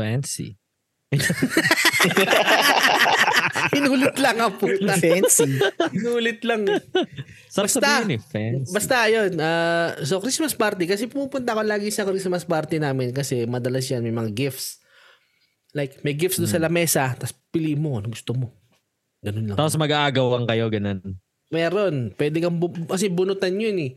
Speaker 1: Fancy.
Speaker 2: Inulit lang ang puta.
Speaker 3: Fancy.
Speaker 2: Inulit lang.
Speaker 1: Sarap
Speaker 2: Basta-
Speaker 1: sabihin eh. Fancy.
Speaker 2: Basta yun. ah, so Christmas party. Kasi pumupunta ko lagi sa Christmas party namin. Kasi madalas yan may mga gifts. Like may gifts doon sa lamesa. Tapos pili mo ano gusto mo. Ganun lang.
Speaker 1: Tapos mag-aagawan kayo, ganun.
Speaker 2: Meron. Pwede kang bu- kasi bunutan yun eh.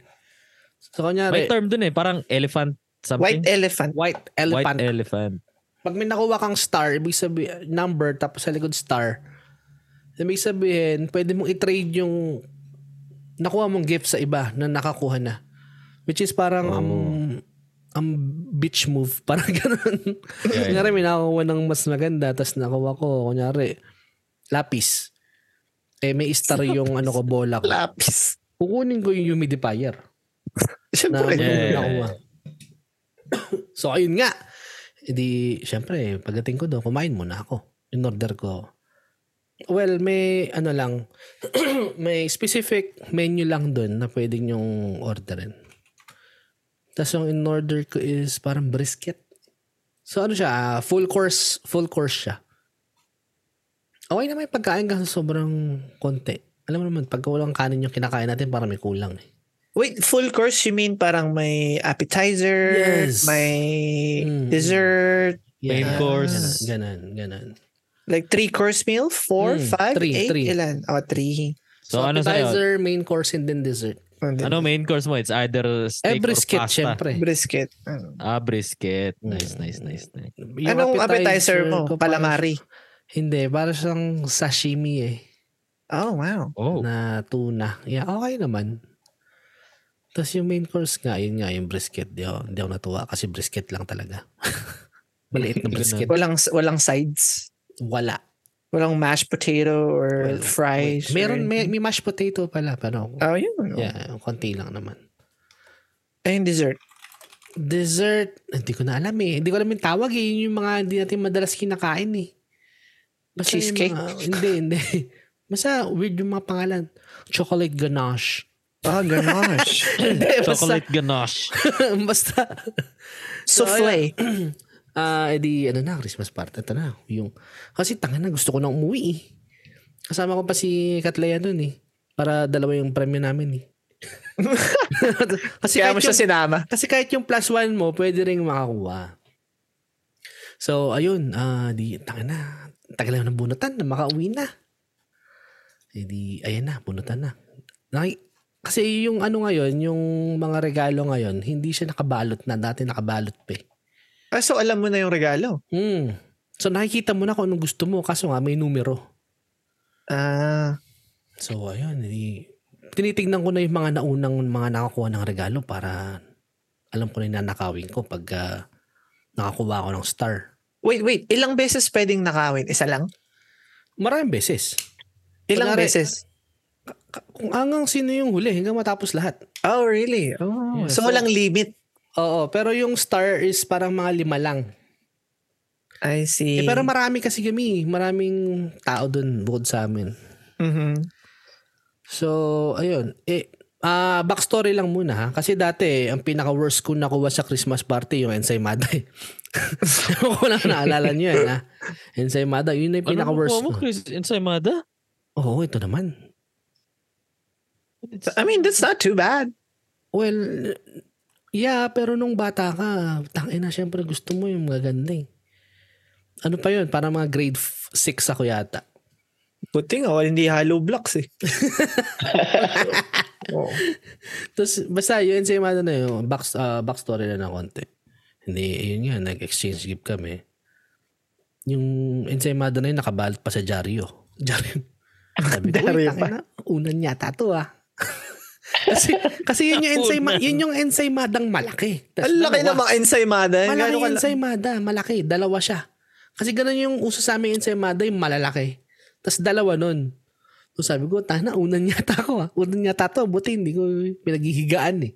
Speaker 2: So
Speaker 1: May
Speaker 2: kunyari,
Speaker 1: term dun eh. Parang elephant something.
Speaker 3: White elephant.
Speaker 2: white
Speaker 1: White
Speaker 2: elephant.
Speaker 1: elephant.
Speaker 2: Pag may nakuha kang star, ibig sabihin, number, tapos sa likod star, ibig sabihin, pwede mong i-trade yung nakuha mong gift sa iba na nakakuha na. Which is parang ang ang bitch move. Parang ganun.
Speaker 1: Oh. Yeah, yeah.
Speaker 2: kunyari, may nakakuha ng mas maganda, tapos nakuha ko, kunyari, lapis. Eh, may star yung ano ko, bola ko.
Speaker 3: Lapis.
Speaker 2: Kukunin ko yung humidifier na
Speaker 3: Siyempre.
Speaker 1: Yeah.
Speaker 2: nakuha. so, ayun nga. E di, syempre, pagdating ko doon, kumain muna ako. In order ko. Well, may ano lang, may specific menu lang doon na pwedeng yung orderin. Tapos yung in order ko is parang brisket. So ano siya, ah, full course, full course siya. Okay na may pagkain kasi sobrang konti. Alam mo naman, pagka walang kanin yung kinakain natin, parang may kulang eh.
Speaker 3: Wait, full course you mean parang may appetizer,
Speaker 2: Yes.
Speaker 3: may
Speaker 2: Mm, mm.
Speaker 3: dessert,
Speaker 1: Main course.
Speaker 2: Ganan, ganan.
Speaker 3: like three course meal? Four,
Speaker 2: Mm,
Speaker 3: five,
Speaker 2: three,
Speaker 3: eight,
Speaker 2: three.
Speaker 3: ilan? Oh, three.
Speaker 1: So, ano sa'yo?
Speaker 2: appetizer, main course, and then dessert.
Speaker 1: Ano main course mo? It's either steak
Speaker 2: Eh, brisket,
Speaker 1: or pasta.
Speaker 2: syempre.
Speaker 3: Brisket. Ano?
Speaker 1: Ah, brisket. Nice,
Speaker 2: Mm.
Speaker 1: nice, nice, nice.
Speaker 2: Yung
Speaker 3: Anong appetizer, mo?
Speaker 2: ko parang-
Speaker 3: Calamari.
Speaker 2: Hindi, para siyang sashimi eh.
Speaker 3: Oh, wow.
Speaker 1: Oh.
Speaker 2: Na tuna. Yeah, okay naman. Tapos yung main course nga, yun nga yung brisket. Di ako, di ako natuwa kasi brisket lang talaga. Maliit na brisket.
Speaker 3: Walang walang sides.
Speaker 2: Wala.
Speaker 3: Walang mashed potato or
Speaker 2: Well,
Speaker 3: fries. or
Speaker 2: Meron, may,
Speaker 3: anything.
Speaker 2: may mashed potato pala. Pero,
Speaker 3: Oh, yun.
Speaker 2: yeah, konti lang naman.
Speaker 3: Ayun, dessert.
Speaker 2: Dessert, hindi ko na alam eh. Hindi ko alam yung tawag eh. Yun yung mga hindi natin madalas kinakain eh. Basta yung
Speaker 3: Cheesecake?
Speaker 2: mga- hindi, hindi. Basta weird yung mga pangalan. Chocolate ganache.
Speaker 3: Ah, ganache.
Speaker 2: Hindi, basta,
Speaker 1: Chocolate ganache.
Speaker 2: basta, Oh,
Speaker 3: Souffle.
Speaker 2: ah, edi, ano na, Christmas party. Ito na, yung, kasi tanga na, gusto ko na umuwi eh. Kasama ko pa si Katlaya dun eh. Para dalawa yung premyo namin eh. kasi
Speaker 3: Kaya
Speaker 2: kahit
Speaker 3: mo siya
Speaker 2: yung-
Speaker 3: sinama.
Speaker 2: Kasi kahit yung plus one mo, pwede rin makakuha. So, ayun, ah, di, tanga na. Tagal na ng bunutan na makauwi na. Eh di, ayan na, bunutan na. Naki- kasi yung ano ngayon, yung mga regalo ngayon, hindi siya nakabalot na. Dati nakabalot pa eh.
Speaker 3: Ah, so alam mo na yung regalo.
Speaker 2: Mm. So, nakikita mo na kung anong gusto mo. Kaso nga, may numero.
Speaker 3: Ah,
Speaker 2: So, ayun, di, tinitignan ko na yung mga naunang mga nakakuha ng regalo para alam ko na yung nanakawin ko pag ah, nakakuha ako ng star.
Speaker 3: wait, wait. Ilang beses pwedeng nakawin? Isa lang?
Speaker 2: Maraming beses.
Speaker 3: Ilang
Speaker 2: Kunwari-
Speaker 3: beses?
Speaker 2: Ka- Kung hanggang sino yung huli, hanggang matapos lahat.
Speaker 3: Oh, really? Oh.
Speaker 1: Yeah,
Speaker 3: so,
Speaker 1: so-
Speaker 3: walang limit.
Speaker 2: Oo, pero yung star is parang mga lima lang.
Speaker 3: I see.
Speaker 2: Eh, pero marami kasi kami. eh. Maraming tao dun bukod sa amin.
Speaker 3: Mhm.
Speaker 2: So, ayun. Eh, ah backstory lang muna ha. Kasi dati, ang pinaka-worst ko nakuha sa Christmas party, yung ensaymada eh. Ewan ko na kung naalala nyo yan ha. Ensaymada, yun na yung
Speaker 1: Ano
Speaker 2: pinaka-worst
Speaker 1: mo,
Speaker 2: ko.
Speaker 1: Chris? Ensaymada?
Speaker 2: Oo, ito naman.
Speaker 3: So, I mean, that's not too bad.
Speaker 2: Well, yeah, pero nung bata ka, tangin na siyempre gusto mo yung magaganda eh. Ano pa yun? Para mga grade 6 ako yata.
Speaker 3: Buti nga, wala- oh, hindi hollow blocks eh. oh.
Speaker 2: Tapos basta yun sa ano na yun, back, ah, backstory na ng konti. Hindi, yun nga, nag-exchange gift kami. Yung ensaymada na yun, nakabalot pa sa dyaryo. Dyaryo. Sabi ko, "Uy,
Speaker 3: Dyaryo pa."
Speaker 2: tangina, unan yata to ah. kasi, kasi yun yung, ensayma, yun yung ensaymadang malaki. Tas
Speaker 3: Ang laki
Speaker 2: dalawa.
Speaker 3: ng mga ensaymada. eh.
Speaker 2: Malaki
Speaker 3: Gaano
Speaker 2: yung
Speaker 3: kala-
Speaker 2: ensaymada. Malaki. Dalawa siya. Kasi ganun yung uso sa amin ensaymada, yung malalaki. Tapos dalawa nun. So sabi ko, tana, unan yata ako ah. Unan yata to. Buti hindi ko pinaghihigaan eh.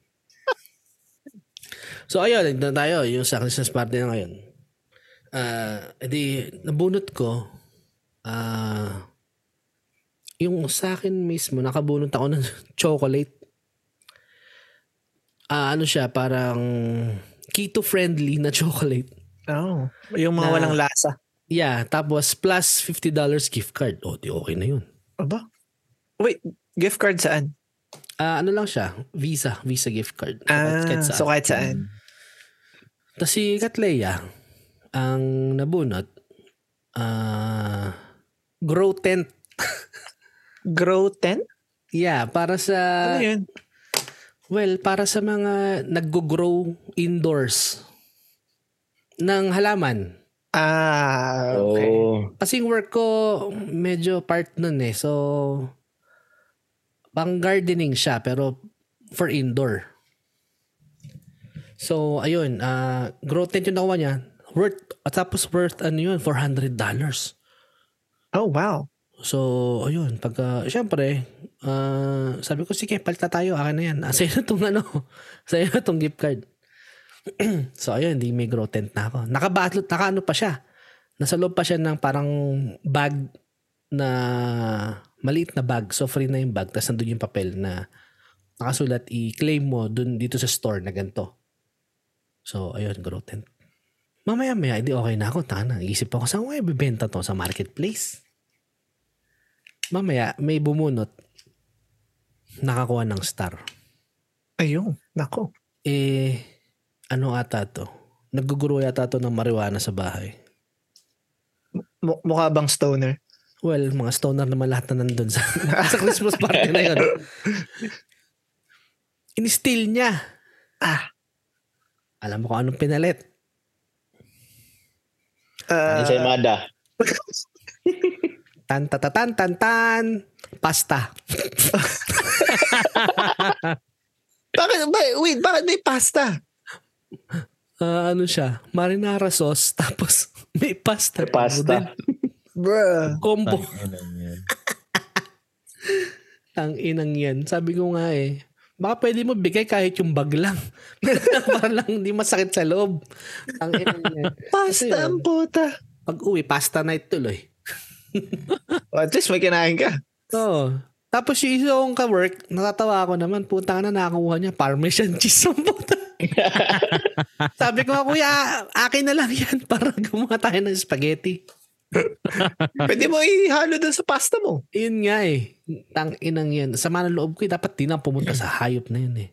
Speaker 2: so ayun, nandun tayo. Yung sa Christmas party na ngayon. Ah, edi, nabunot ko. Ah, yung sa akin mismo, nakabunot ako ng chocolate. Ah, ano siya, parang keto-friendly na chocolate.
Speaker 3: Oh. Yung mga
Speaker 2: Na-
Speaker 3: walang lasa.
Speaker 2: Yeah, tapos plus $50 gift card. O, di okay na yun.
Speaker 3: Aba? Wait, gift card saan?
Speaker 2: Ah, ano lang siya? Visa. Visa gift card.
Speaker 3: Ah, so kahit saan.
Speaker 2: Tapos si Katleya, ang nabunot, ah, grow tent.
Speaker 3: Grow tent?
Speaker 2: Yeah, para sa,
Speaker 3: Ano yun?
Speaker 2: well, para sa mga nag-grow indoors ng halaman.
Speaker 3: Ah, okay.
Speaker 4: Oh.
Speaker 2: Kasi yung work ko, medyo part nun eh. So, pang gardening siya, pero for indoor. So, ayun, ah growth tent yung nakuha niya. Worth, at tapos worth ano yun, $400.
Speaker 3: Oh, wow.
Speaker 2: So, ayun, pagka, syempre, ah, sabi ko, sige, palta tayo, akin na yan. Ah, sa'yo na tong ano, sa'yo na tong gift card. so, ayun, di may grow tent na ako. Nakabatlot, nakaano pa siya. Nasa loob pa siya ng parang bag na, maliit na bag. So, free na yung bag. Tapos, nandun yung papel na nakasulat, i-claim mo dun dito sa store na ganito. So, ayun, grow tent. Mamaya-maya, hindi okay na ako. Tana, isip ako, saan ko kaya bibenta to? Sa marketplace? Mamaya, may bumunot. Nakakuha ng star.
Speaker 3: Ayun. Nako.
Speaker 2: Eh, ano ata to? Naguguro yata to ng marijuana sa bahay.
Speaker 3: Mu- mukha bang stoner?
Speaker 2: Well, mga stoner naman lahat na nandun sa, sa Christmas party na yun. In-steal niya.
Speaker 3: Ah.
Speaker 2: Alam mo kung anong pinalit.
Speaker 3: Ah,
Speaker 4: Ano sa Imada?
Speaker 2: Tan ta ta tan tan tan. Pasta.
Speaker 3: bakit, ba- wait, bakit may pasta?
Speaker 2: Ah, ano siya? Marinara sauce. Tapos may pasta.
Speaker 4: May pasta.
Speaker 3: Bruh.
Speaker 2: Combo.
Speaker 1: Tangina yan.
Speaker 2: Tang inang yan. Sabi ko nga eh. Baka pwede mo bigay kahit yung bag lang. Para lang hindi masakit sa loob. Tang inang yan.
Speaker 3: Pasta ang puta.
Speaker 2: Pag uwi, pasta night tuloy.
Speaker 3: Oh, at least may kinain ka.
Speaker 2: Oo. Tapos yung isa kong ka-work, natatawa ako naman, puta ka na nakakuha niya, parmesan cheese ang puta. Sabi ko, kuya, akin na lang yan para gumawa tayo ng spaghetti.
Speaker 3: Pwede mo ihalo dun sa pasta mo.
Speaker 2: Yun nga eh. Tang inang yan. Sama ng loob ko eh. Dapat di na pumunta sa hayop na yun eh.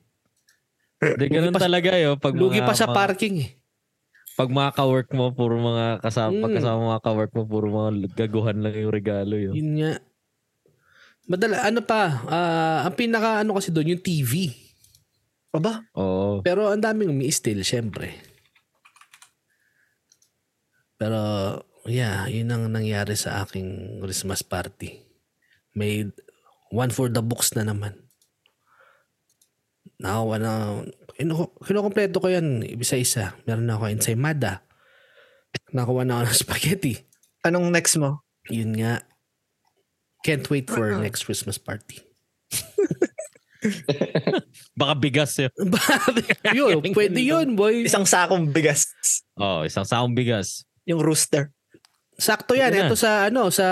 Speaker 1: Hindi, ganun
Speaker 2: Lugi pa-
Speaker 1: talaga yun. Pag
Speaker 2: Lugi
Speaker 1: mga-
Speaker 2: pa sa
Speaker 1: mga-
Speaker 2: parking eh.
Speaker 1: Pag mga ka-work mo, puro mga kasama,
Speaker 2: Mm.
Speaker 1: pagkasama mga ka-work mo, puro mga gaguhan lang yung regalo eh, oh. yun.
Speaker 2: Yun nga. Madala, ano pa, ah, ang pinaka ano kasi doon, yung TV.
Speaker 3: Aba,
Speaker 1: Oo.
Speaker 2: Pero ang daming umi-steal, syempre. Pero, yeah, yun ang nangyari sa aking Christmas party. May one for the books na naman. Nakawa na, inu- kinukompleto ko yan, isa-isa. Meron na ako ensaymada. Nakuha na ako ng spaghetti.
Speaker 3: anong next mo?
Speaker 2: Yun nga. Can't wait for next Christmas party.
Speaker 1: Baka bigas eh. yun.
Speaker 2: yun, pwede yun, boy.
Speaker 3: Isang sakong bigas.
Speaker 1: Oo, isang saong bigas.
Speaker 3: Yung rooster.
Speaker 2: Sakto yan.
Speaker 1: Yan.
Speaker 2: Ito sa ano, sa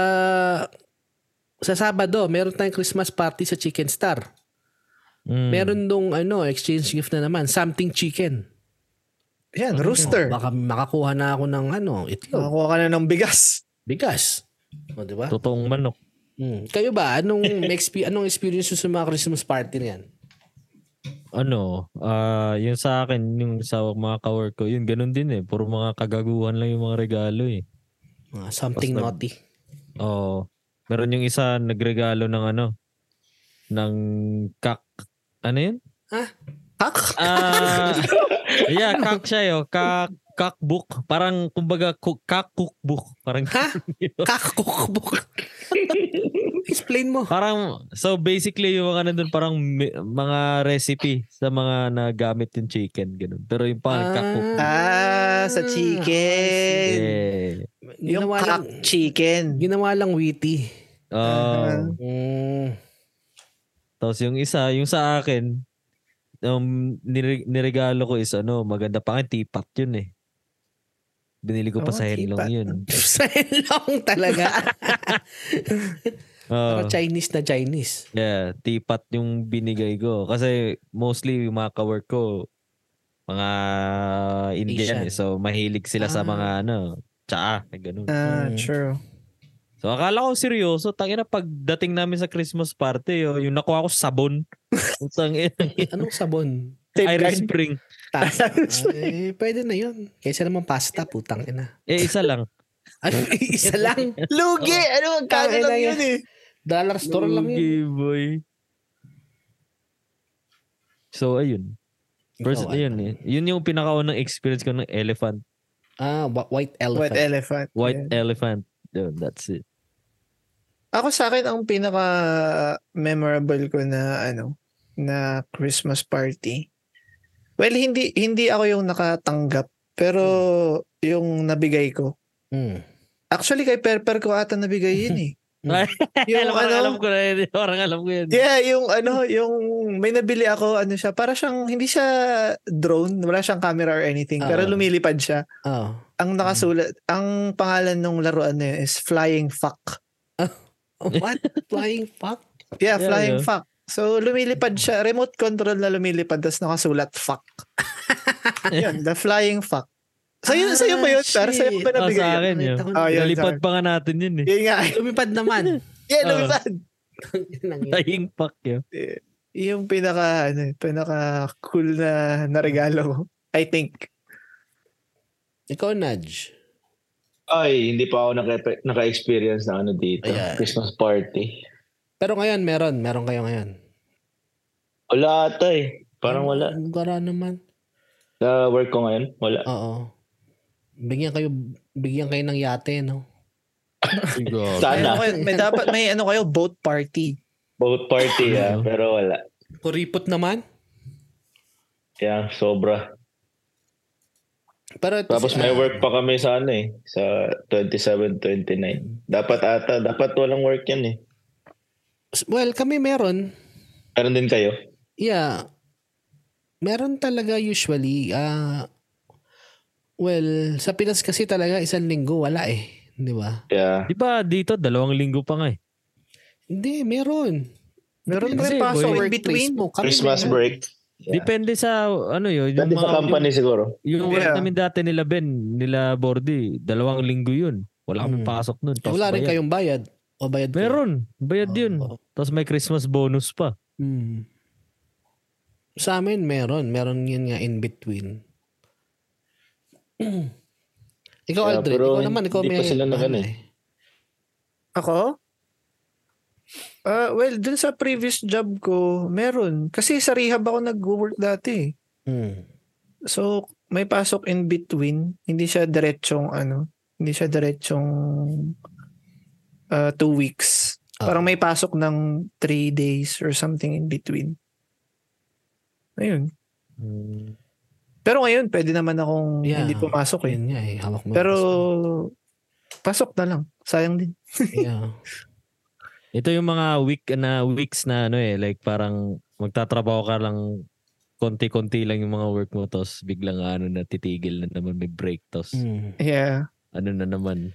Speaker 2: sa Sabado, meron tayong Christmas party sa Chicken Star.
Speaker 1: Mm.
Speaker 2: Meron dong ano, exchange gift na naman, something chicken.
Speaker 3: Yan, rooster.
Speaker 2: Baka makakuha na ako ng ano, itlog,
Speaker 3: Makakuha ka na ng bigas.
Speaker 2: bigas. O, di ba?
Speaker 1: Totoong manok.
Speaker 2: Mm. Kayo ba anong may exp- anong experience nyo sa mga Christmas party na yan?
Speaker 1: Ano, ah yung sa akin, yung sa mga ka-work ko, yun, ganun din eh. Puro mga kagaguhan lang yung mga regalo eh.
Speaker 2: Mga something
Speaker 1: Basta-
Speaker 2: naughty.
Speaker 1: Oo. Meron yung isa nagregalo ng ano, ng kak, ano yun?
Speaker 3: Hak?
Speaker 1: Ah, yeah, kak siya yun. Kak, cookbook. Parang, kumbaga, cook- kak cookbook. Parang,
Speaker 2: Ha?
Speaker 3: Oh.
Speaker 2: Kakukbuk. Explain mo.
Speaker 1: Parang, so basically yung mga nandun parang mi- mga recipe sa mga nagamit yung chicken, ganun. Pero yung pang kakuk.
Speaker 3: Ah, sa chicken.
Speaker 1: Yeah.
Speaker 3: Yung
Speaker 2: Ginawa lang,
Speaker 3: cock chicken.
Speaker 2: ginawa lang witty.
Speaker 1: Oh.
Speaker 2: Mm.
Speaker 1: Tapos yung isa, yung sa akin, um, nire- niregalo ko is ano, maganda pa nga, tipat yun eh. Binili ko pa
Speaker 3: Oo,
Speaker 1: sa Henlong
Speaker 3: Oh, tipat.
Speaker 1: yun.
Speaker 2: Selong talaga.
Speaker 1: Oh,
Speaker 3: Ah.
Speaker 2: Pero Chinese na Chinese.
Speaker 1: yeah, tipat yung binigay ko. Kasi mostly yung mga kawork ko, mga Indian
Speaker 2: Asian.
Speaker 1: eh. So mahilig sila sa
Speaker 3: Ah.
Speaker 1: mga ano, tsaa, eh, ganun.
Speaker 3: Ah,
Speaker 2: Mm.
Speaker 3: true.
Speaker 1: So akala ko seryoso, tangina pagdating namin sa Christmas party, oh, yung nakuha ko sabon. Utang
Speaker 2: Anong sabon?
Speaker 1: Irish Spring.
Speaker 2: Tasa. eh, pwede na yun. Kaysa naman pasta, putang ina.
Speaker 1: Eh isa lang.
Speaker 2: Ay, isa lang.
Speaker 3: Lugi! Ano, magkano
Speaker 2: Tangina
Speaker 3: lang
Speaker 2: yan.
Speaker 3: yun eh.
Speaker 2: Dollar store lang yun.
Speaker 1: Lugi, boy. So ayun. First,
Speaker 2: Ikaw,
Speaker 1: ayun
Speaker 2: ano?
Speaker 1: eh. Yun yung pinakaunang experience ko ng elephant.
Speaker 2: Ah, wh- white elephant.
Speaker 3: White e- elephant.
Speaker 1: White
Speaker 3: Yeah.
Speaker 1: elephant. Yun, that's it.
Speaker 3: Ako sa akin, ang pinaka memorable ko na ano, na Christmas party. Well, hindi hindi ako yung nakatanggap, pero yung nabigay ko.
Speaker 2: mm.
Speaker 3: Actually, kay Perper ko ata nabigay yun eh.
Speaker 2: Mm.
Speaker 3: Yung
Speaker 1: alam, ko
Speaker 3: ano?
Speaker 1: alam ko na yun. Parang alam ko yun.
Speaker 3: Yeah, yung ano, yung may nabili ako, ano siya, para siyang, hindi siya drone, wala siyang camera or anything,
Speaker 2: Ah.
Speaker 3: pero lumilipad siya.
Speaker 2: Oh.
Speaker 3: Ang nakasulat, ang pangalan ng laruan na yun is Flying Fuck.
Speaker 2: What? Flying fuck?
Speaker 3: Yeah,
Speaker 1: Yeah,
Speaker 3: Flying
Speaker 1: yeah.
Speaker 3: Fuck. So, lumilipad siya, remote control na lumilipad, tapos nakasulat Fuck. Yun, the Flying Fuck. Sa'yo, sa'yo ba yun, Sar? Sa'yo ba
Speaker 1: Ah,
Speaker 2: Ah, shit. Oh,
Speaker 3: nabigay
Speaker 1: sa
Speaker 3: yun?
Speaker 1: akin yun.
Speaker 3: Ah, yun,
Speaker 1: Nalipad
Speaker 3: sorry.
Speaker 1: pa nga natin yun eh.
Speaker 3: Yun nga. eh.
Speaker 2: Lumipad naman.
Speaker 3: Yan,
Speaker 1: Oo.
Speaker 3: lumipad.
Speaker 1: Dying pack yun.
Speaker 3: Yung pinaka, ano, pinaka cool na, na regalo ko. I think.
Speaker 2: Ikaw, Nudge.
Speaker 4: Ay, hindi pa ako naka- naka-experience na ano dito.
Speaker 2: Ayan.
Speaker 4: Christmas party.
Speaker 2: Pero ngayon, meron. Meron kayo ngayon.
Speaker 4: Wala ata eh. Parang wala.
Speaker 2: Gara naman.
Speaker 4: Sa work ko ngayon, wala.
Speaker 2: Oo. Bigyan kayo, bigyan kayo ng yate, no?
Speaker 3: May, ano
Speaker 4: Sana.
Speaker 3: kayo- may dapat, may ano kayo, boat party.
Speaker 4: Both party ah, pero wala.
Speaker 2: Kuripot naman.
Speaker 4: Yeah, sobra.
Speaker 2: Pero ito
Speaker 4: Tapos
Speaker 2: si-
Speaker 4: may work pa kami sa ano eh, sa 27, 29. Dapat ata, dapat walang work yan eh.
Speaker 2: Well, kami meron.
Speaker 4: Meron din kayo?
Speaker 2: Yeah. Meron talaga usually. ah well, sa Pinas kasi talaga isang linggo wala eh. Di ba?
Speaker 4: Yeah.
Speaker 1: Di ba dito, dalawang linggo pa nga eh.
Speaker 2: Hindi, meron.
Speaker 3: Meron
Speaker 1: Kasi,
Speaker 3: rin paso
Speaker 1: boy,
Speaker 3: in between.
Speaker 2: Mo, kami
Speaker 4: Christmas
Speaker 2: meron.
Speaker 4: break. Yeah.
Speaker 1: Depende sa ano yun.
Speaker 4: Dati sa company siguro.
Speaker 1: Yung, yung work
Speaker 3: Yeah.
Speaker 1: namin dati nila Ben, nila Bordy, dalawang linggo yun. Wala Ah. kaming
Speaker 3: Mm.
Speaker 2: Hmm.
Speaker 1: pasok nun. Tapos
Speaker 2: Wala rin
Speaker 1: bayad.
Speaker 2: kayong bayad. O bayad kayo?
Speaker 1: Meron. Bayad
Speaker 2: Oo.
Speaker 1: yun. Tapos may Christmas bonus pa.
Speaker 2: Mm. Sa amin, meron. Meron yun nga in between. ikaw,
Speaker 4: Yeah,
Speaker 2: Aldrin.
Speaker 4: pero
Speaker 2: Ikaw naman. Ikaw
Speaker 4: hindi pa
Speaker 2: may-
Speaker 4: sila na
Speaker 2: ano
Speaker 4: ganun.
Speaker 2: eh.
Speaker 3: Ako? Ah, well, dun sa previous job ko, meron. Kasi sa rehab ako nag-work dati. eh.
Speaker 2: Mm.
Speaker 3: So, may pasok in between. Hindi siya diretsong ano, hindi siya diretsong uh, two weeks.
Speaker 2: Ah.
Speaker 3: Parang may pasok ng three days or something in between. Ayun. Pero ngayon, pwede naman akong
Speaker 2: Hmm. Yeah.
Speaker 3: hindi pumasok eh.
Speaker 2: Yun nga eh. Hawak mo.
Speaker 3: Pero, pasok na lang. Sayang din.
Speaker 2: yeah.
Speaker 1: Ito yung mga week na weeks na ano eh, like parang magtatrabaho ka lang konti-konti lang yung mga work mo tapos biglang ano na titigil na naman may break tapos
Speaker 2: Mm.
Speaker 3: Yeah.
Speaker 1: ano na naman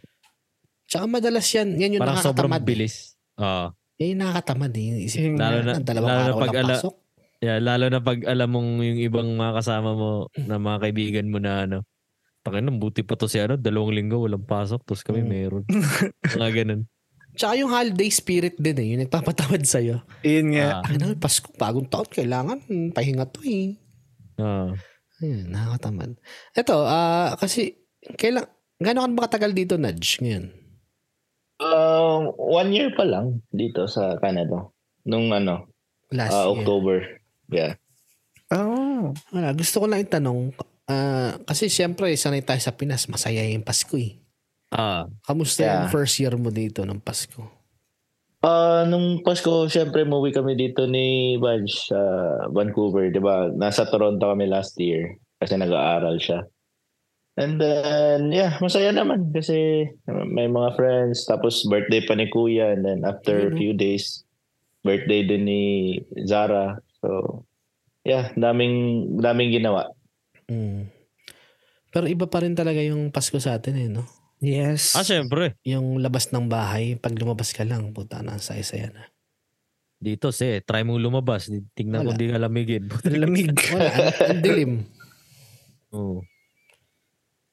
Speaker 2: Tsaka madalas yan. Yan yung
Speaker 1: parang sobrang
Speaker 2: nakakatamad. eh.
Speaker 1: bilis. Ah,
Speaker 2: Yan yung nakakatamad eh. Yung isip.
Speaker 3: Yun
Speaker 1: Lalo
Speaker 3: nga.
Speaker 1: na-
Speaker 2: Ang dalawang
Speaker 1: lalo na
Speaker 2: araw
Speaker 1: pag
Speaker 2: lang
Speaker 1: ala-
Speaker 2: pasok.
Speaker 1: yeah, lalo na pag alam mong yung ibang mga kasama mo na mga kaibigan mo na ano. Takin buti pa to si ano, dalawang linggo walang pasok tapos kami
Speaker 2: Mm.
Speaker 1: meron. mga ganun.
Speaker 2: Tsaka yung holiday spirit din eh. Yung nagpapatamad sa'yo.
Speaker 3: Yun
Speaker 1: Ah,
Speaker 3: nga.
Speaker 2: Akin na, Pasko, bagong taon. Kailangan mm, pahinga to eh.
Speaker 1: ah.
Speaker 2: Ayun, nakakatamad. Ito, ah, kasi, kailan, gano'n ka ba katagal dito, Nudge, ngayon?
Speaker 4: Um, one year pa lang dito sa Canada. Nung ano,
Speaker 2: Last
Speaker 4: ah,
Speaker 2: year.
Speaker 4: October. Yeah.
Speaker 2: Ah.
Speaker 3: Oh.
Speaker 2: Wala, gusto ko lang itanong, ah, kasi siyempre, sanay tayo sa Pinas, masaya yung Pasko eh.
Speaker 1: Ah,
Speaker 2: Kamusta
Speaker 4: Yeah.
Speaker 2: yung first year mo dito ng Pasko?
Speaker 4: Ah, nung Pasko, syempre muwi kami dito ni Vange sa Vancouver, 'di ba? Nasa Toronto kami last year kasi nag-aaral siya. And then, yeah, masaya naman kasi may mga friends. Tapos birthday pa ni Kuya. And then after a
Speaker 2: Ayun, no?
Speaker 4: few days, birthday din ni Zara. So, yeah, daming, daming ginawa.
Speaker 2: Mm. Pero iba pa rin talaga yung Pasko sa atin eh, no?
Speaker 3: Yes.
Speaker 1: ah syempre.
Speaker 2: Yung labas ng bahay, pag lumabas ka lang, puta na, ang saya-saya na.
Speaker 1: Dito si, try mo lumabas. Tingnan
Speaker 2: Wala.
Speaker 1: kung di ka lamigin.
Speaker 3: Lamig.
Speaker 2: Wala, ang, ang dilim.
Speaker 1: Oo.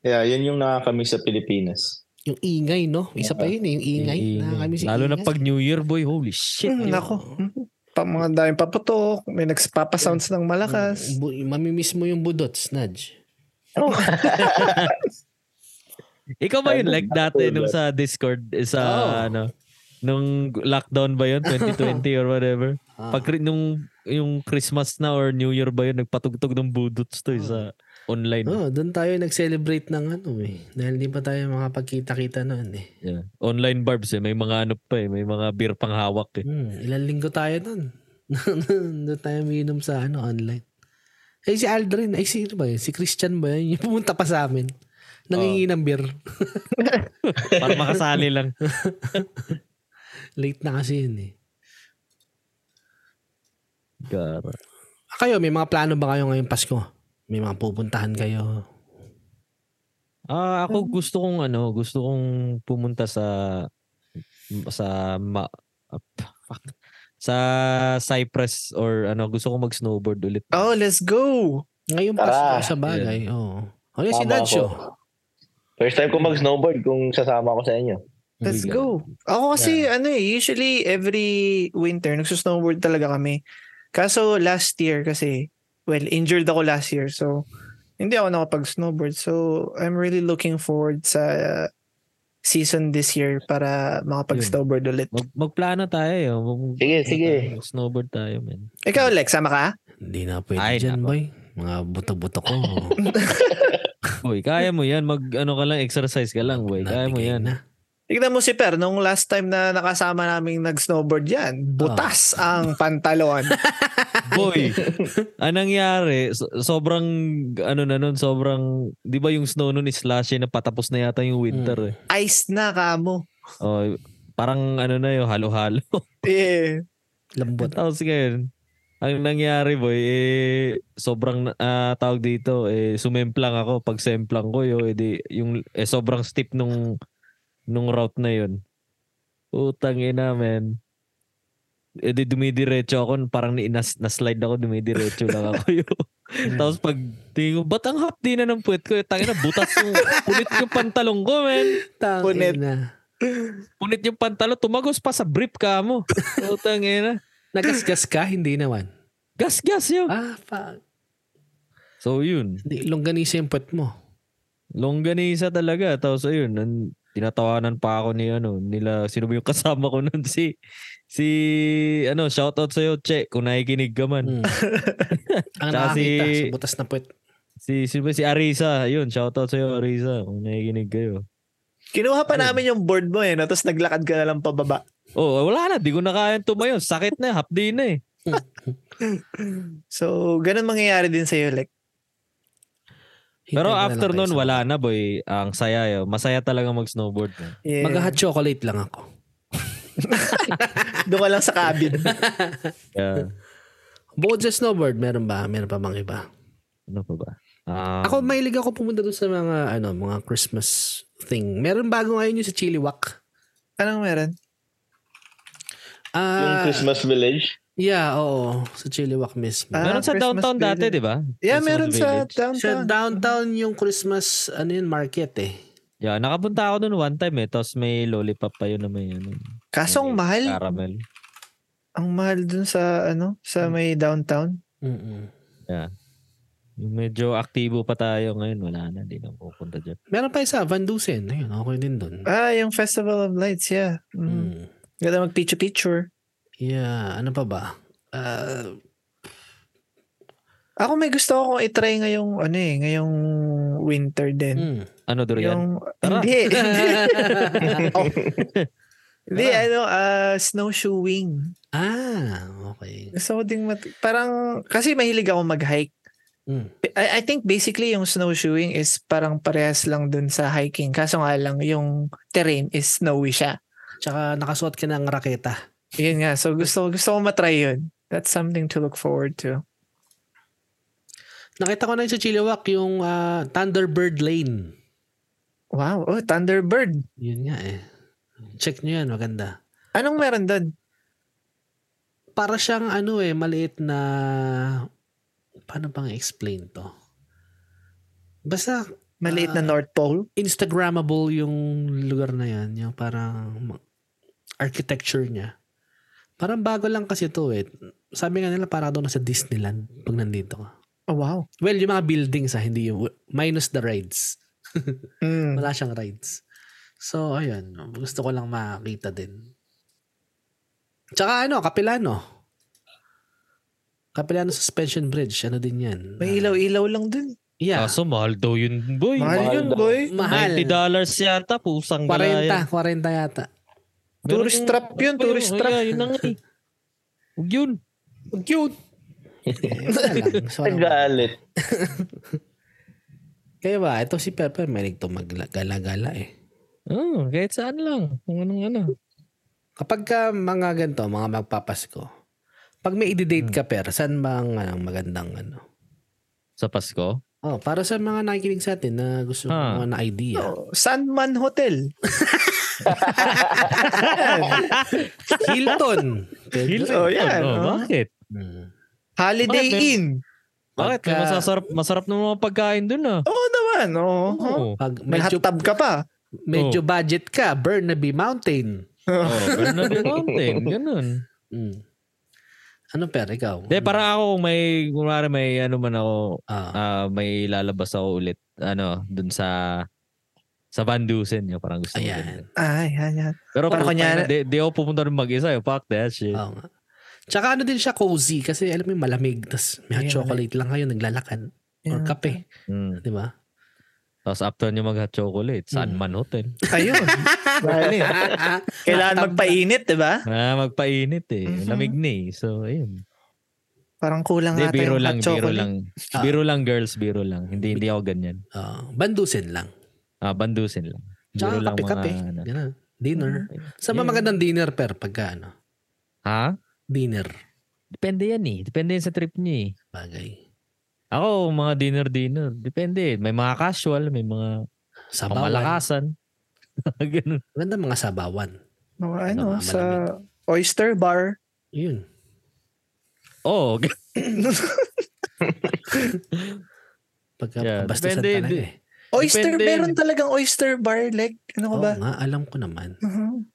Speaker 4: Yeah, yun yung nakakamiss sa Pilipinas.
Speaker 2: Yung ingay, no? Isa pa yun eh, yung ingay. Nakakamiss yung
Speaker 1: Lalo na
Speaker 2: ingay.
Speaker 1: pag New Year, boy. Holy shit.
Speaker 3: Hmm, Nako. Hmm. Pa, mga daming paputok. May nagpapasounds ng malakas.
Speaker 2: Bu- mamimiss mo yung budots, Nudge.
Speaker 1: Ikaw ba yun? Like dati nung sa Discord, eh, sa
Speaker 2: Oo.
Speaker 1: ano, nung lockdown ba yun? 2020 or whatever.
Speaker 2: Ah.
Speaker 1: Pag ri- nung yung Christmas na or New Year ba yun, nagpatugtog ng budots to eh, sa
Speaker 2: Hmm.
Speaker 1: online.
Speaker 2: Oo, doon tayo nag-celebrate ng ano eh. Dahil di pa tayo makapagkita-kita noon eh.
Speaker 1: Yeah. Online barbs eh. May mga ano pa eh. May mga beer pang hawak eh.
Speaker 2: Hmm, ilang linggo tayo noon. doon tayo umiinom sa ano online. Eh si Aldrin, ay si ano ba yun? Si Christian ba yun? Yung pumunta pa sa amin.
Speaker 1: Oh.
Speaker 2: Nangingi ng beer.
Speaker 1: Para makasali lang.
Speaker 2: Late na kasi yun eh.
Speaker 1: Gara.
Speaker 2: Ah, Kayo, may mga plano ba kayo ngayong Pasko? May mga pupuntahan kayo?
Speaker 1: Ah, ako gusto kong ano, gusto kong pumunta sa sa ma, ah, fuck. sa Cyprus or ano, gusto kong mag-snowboard ulit.
Speaker 3: Oh, let's go!
Speaker 2: Ngayong
Speaker 4: Tara.
Speaker 2: Pasko sa bagay, oo. Oh. Ano si
Speaker 4: Tama
Speaker 2: Nacho?
Speaker 4: ako. First time ko mag-snowboard kung sasama ko sa inyo.
Speaker 3: Let's
Speaker 1: Bigla.
Speaker 3: go. Ako kasi ano eh, usually every winter nagsusnowboard talaga kami. Kaso last year kasi, well, injured ako last year. So, hindi ako nakapag-snowboard. So, I'm really looking forward sa uh, season this year para makapag-snowboard ulit.
Speaker 1: Mag, magplano tayo. eh. Mag-
Speaker 4: Sige, sige.
Speaker 1: mag- snowboard tayo, man.
Speaker 3: Ikaw, Lex, sama ka?
Speaker 2: Hindi na pwede
Speaker 1: Ay,
Speaker 2: dyan,
Speaker 1: nako.
Speaker 2: boy. Mga buto-buto ko.
Speaker 1: Uy, kaya mo yan. Mag, ano ka lang, exercise ka lang, boy. Kaya mo
Speaker 2: Nabigay
Speaker 1: yan.
Speaker 2: na.
Speaker 3: Tignan mo si Per, nung last time na nakasama naming nag-snowboard yan, butas ang pantalon.
Speaker 1: Boy, anong nangyari? So- sobrang, ano na nun, sobrang, di ba yung snow nun is slushy na patapos na yata yung winter eh.
Speaker 3: Ice na kamo.
Speaker 1: Oh, parang ano na yun, halo-halo.
Speaker 3: Yeah.
Speaker 2: Lambot.
Speaker 1: Tapos ngayon, ang nangyari boy, eh, sobrang ah, tawag dito, eh, sumemplang ako. Pag semplang ko, yo, edi, yung, eh, sobrang steep nung, nung route na yun. Utang ina, man. Eh di dumidiretso ako, parang ni, nas, naslide ako, dumidiretso lang ako yo. Tapos pag tingin ko, ba't ang hapdi na ng puwet ko? Eh, Tangina, butas yung, punit yung pantalong ko, man.
Speaker 2: Tangin
Speaker 3: Punit.
Speaker 2: na.
Speaker 1: Punit yung pantalon, tumagos pa sa brief ka mo. Utang ina.
Speaker 2: Nagasgas ka? Hindi naman.
Speaker 1: Gas-gas yun.
Speaker 2: Ah, fuck.
Speaker 1: So yun.
Speaker 2: Hindi, longganisa yung puwet mo.
Speaker 1: Longganisa talaga. Tapos ayun, nan, tinatawanan pa ako ni ano, nila, sino ba yung kasama ko nun? Si, si, ano, shoutout sa'yo, Che, kung nakikinig ka man.
Speaker 2: Hmm. Ang
Speaker 1: Tsaka
Speaker 2: nakakita
Speaker 1: si-
Speaker 2: sa butas na puwet.
Speaker 1: Si, sino ba? Si Arisa. Ayun, shoutout sa'yo, Arisa, kung nakikinig kayo.
Speaker 3: Kinuha pa namin yung board mo eh, no? tapos naglakad ka na lang pababa.
Speaker 1: Oh, wala na, di ko na kaya tumayo. Sakit na, hapdi na eh.
Speaker 3: So, ganun mangyayari din sa'yo, like,
Speaker 2: Hintay
Speaker 1: Pero
Speaker 2: mo na lang
Speaker 1: after
Speaker 2: tayo
Speaker 1: nun,
Speaker 2: sa-
Speaker 1: wala na boy. Ang saya yun. Masaya talaga mag-snowboard. eh. no?
Speaker 3: yeah.
Speaker 2: Eh, Mag-hot chocolate lang ako.
Speaker 3: doon ka lang sa cabin.
Speaker 1: Yeah.
Speaker 2: Bukod sa snowboard, meron ba? Meron pa bang iba?
Speaker 1: ano pa ba? Um,
Speaker 2: Ako, mahilig ako pumunta doon sa mga, ano, mga Christmas thing. Meron bago ngayon yung sa Chiliwack.
Speaker 3: Anong meron?
Speaker 2: Ah,
Speaker 4: Yung Christmas Village.
Speaker 2: yeah, oo. Sa Chiliwack mismo.
Speaker 3: Ah,
Speaker 1: Meron sa
Speaker 3: Christmas
Speaker 1: downtown dati,
Speaker 3: village.
Speaker 1: di ba?
Speaker 3: Yeah,
Speaker 1: Christmas
Speaker 3: meron sa
Speaker 1: village.
Speaker 2: Sa
Speaker 3: downtown.
Speaker 2: downtown yung Christmas, ano yun, market eh.
Speaker 1: Yeah, nakapunta ako dun one time eh. Tapos may lollipop pa yun na may ano.
Speaker 3: Kasong
Speaker 1: may
Speaker 3: mahal.
Speaker 1: Caramel.
Speaker 3: Ang mahal dun sa, ano, sa may downtown.
Speaker 2: Mm-mm.
Speaker 1: Yung Medyo aktibo pa tayo ngayon. Wala na. Hindi na pupunta dyan.
Speaker 2: Meron pa isa, Van Dusen. Ayun, okay din doon.
Speaker 3: Ah, yung Festival of Lights, yeah.
Speaker 1: Hmm.
Speaker 3: Mm.
Speaker 2: Mm.
Speaker 3: Ganda mag-picture-picture.
Speaker 2: Yeah, ano pa ba? Ah,
Speaker 3: Ako may gusto akong itry ngayong, ano eh, ngayong winter din.
Speaker 2: mm.
Speaker 1: Ano, Durian?
Speaker 3: Yung,
Speaker 1: Tara.
Speaker 3: hindi. Oh. Hindi, ano, ah, snowshoeing.
Speaker 2: ah, okay.
Speaker 3: Gusto ko ding, mat- parang, kasi mahilig ako mag-hike.
Speaker 2: Mm.
Speaker 3: I, I think basically yung snowshoeing is parang parehas lang dun sa hiking. Kaso nga lang, yung terrain is snowy siya.
Speaker 2: Tsaka nakasuot ka ng raketa.
Speaker 3: Yun nga. So gusto, gusto ko matry yun. That's something to look forward to.
Speaker 2: Nakita ko na yun sa Chilliwack yung ah, Thunderbird Lane.
Speaker 3: Wow. Oh, Thunderbird.
Speaker 2: Yun nga eh. Check nyo yan, maganda.
Speaker 3: Anong meron dun?
Speaker 2: Para siyang ano eh, maliit na... Paano bang explain to? Basta
Speaker 3: Maliit na North Pole?
Speaker 2: Instagrammable yung lugar na yan. Yung parang ma- architecture niya. Parang bago lang kasi to eh. Sabi nga nila para doon sa Disneyland pag nandito ka.
Speaker 3: Oh, wow.
Speaker 2: Well, yung mga buildings ah, hindi yung... Minus the rides.
Speaker 3: Mm.
Speaker 2: Wala siyang rides. So, ayun. Gusto ko lang makakita din. Tsaka ano, Kapilano. Kapilano Suspension Bridge. Ano din yan?
Speaker 3: May ilaw-ilaw lang dun.
Speaker 2: Yeah.
Speaker 1: Kaso mahal daw yun, boy.
Speaker 3: Mahal
Speaker 4: mahal
Speaker 3: yun,
Speaker 4: daw.
Speaker 3: boy.
Speaker 2: mahal.
Speaker 1: $90 dollars yata. Pusang galaya.
Speaker 2: 40, 40 yata.
Speaker 1: Meron
Speaker 3: Tourist
Speaker 1: yung-
Speaker 3: trap yun,
Speaker 1: Ano pa
Speaker 3: tourist
Speaker 1: yun?
Speaker 3: trap.
Speaker 1: Yeah, yun na nga eh. Huwag yun.
Speaker 2: Cute. Ah.
Speaker 4: Nagalit.
Speaker 2: Kaya ba, ito si Pepper, may nagto maggala-gala eh.
Speaker 1: Oh, kahit saan lang. Kung anong ano.
Speaker 2: Kapag ka mga ganito, mga magpapasko, pag may i-date ka, Per, saan ba ang ano, magandang ano?
Speaker 1: Sa Pasko?
Speaker 2: Oh, para sa mga nakikinig sa atin na gusto
Speaker 1: Ah.
Speaker 2: mga na idea.
Speaker 3: Oh, Sandman Hotel.
Speaker 2: Hilton.
Speaker 1: Hilton.
Speaker 3: Oh, yan,
Speaker 1: Oh,
Speaker 3: oh.
Speaker 1: Bakit?
Speaker 3: Holiday
Speaker 1: Bakit?
Speaker 3: Inn.
Speaker 1: Bakit? May
Speaker 2: Pagka-
Speaker 1: Masasarap, masarap ng mga pagkain dun ah. Oh.
Speaker 3: Oo oh, naman, oo.
Speaker 1: Oo.
Speaker 2: Pag
Speaker 3: May oh.
Speaker 2: medyo,
Speaker 3: hot tub ka pa.
Speaker 2: medyo budget ka, Burnaby Mountain.
Speaker 1: Oh, Bernardo Mountain, ganun.
Speaker 2: Mm. Ano per, ikaw?
Speaker 1: De, para ako, kung may, kumari may ano man ako,
Speaker 2: Ah,
Speaker 1: ah, may lalabas ako ulit, ano, dun sa, sa Van Dusen, yun, parang gusto ko. din.
Speaker 2: ayan.
Speaker 3: Ay, yan, yan.
Speaker 1: Pero parang
Speaker 3: Parang kunyari-
Speaker 1: kanya, di, di ako pupunta nun mag-isa, eh. fuck that shit.
Speaker 2: Oo nga. Tsaka ano din siya, cozy. Kasi alam mo yung malamig. Tapos may hot
Speaker 3: Yeah,
Speaker 2: chocolate lang kayo, naglalakad. Or
Speaker 3: Yan.
Speaker 2: kape.
Speaker 1: Mm.
Speaker 2: Di ba?
Speaker 1: Tapos after nyo mag-hot chocolate, San
Speaker 2: Mm.
Speaker 1: Man Hotel.
Speaker 3: Ayun. Dali.
Speaker 2: Hot
Speaker 3: Kailangan
Speaker 2: tub na.
Speaker 3: magpainit, di ba?
Speaker 1: Na magpainit eh.
Speaker 3: Mhm.
Speaker 1: Lamig na eh. So, ayun.
Speaker 3: Parang kulang
Speaker 1: Hindi,
Speaker 3: nga
Speaker 1: biro
Speaker 3: tayong
Speaker 1: lang, biro
Speaker 3: hot chocolate.
Speaker 1: lang.
Speaker 2: Ah.
Speaker 1: Biro lang, girls, biro lang. Hindi, hindi ako ganyan.
Speaker 2: Ah, bandusin lang.
Speaker 1: Ah, bandusin lang.
Speaker 2: Tsaka
Speaker 1: Biro lang
Speaker 2: kape-kape.
Speaker 1: mga, ano.
Speaker 2: Yan na. Dinner. Sa mga
Speaker 1: Yeah.
Speaker 2: magandang dinner, per, pagka ano,
Speaker 1: Ha?
Speaker 2: dinner.
Speaker 1: Depende yan eh. Depende yan sa trip niya eh.
Speaker 2: Bagay.
Speaker 1: Ako, mga dinner-dinner. Depende. May mga casual, may mga
Speaker 2: Sabawan.
Speaker 1: pamalakasan. Ganun.
Speaker 2: Maganda mga sabawan.
Speaker 3: Mga ano,
Speaker 2: Ano,
Speaker 3: sa oyster bar.
Speaker 2: Yun.
Speaker 1: Oo. Oh,
Speaker 2: Pagka
Speaker 1: Yeah,
Speaker 2: kabastusan
Speaker 1: depende,
Speaker 2: talaga
Speaker 1: di-
Speaker 2: eh.
Speaker 3: Oyster,
Speaker 1: Depende.
Speaker 3: meron talagang oyster bar. Like, ano ka
Speaker 2: Oo
Speaker 3: ba?
Speaker 2: nga, alam ko naman.
Speaker 1: Oh.
Speaker 3: Mhm.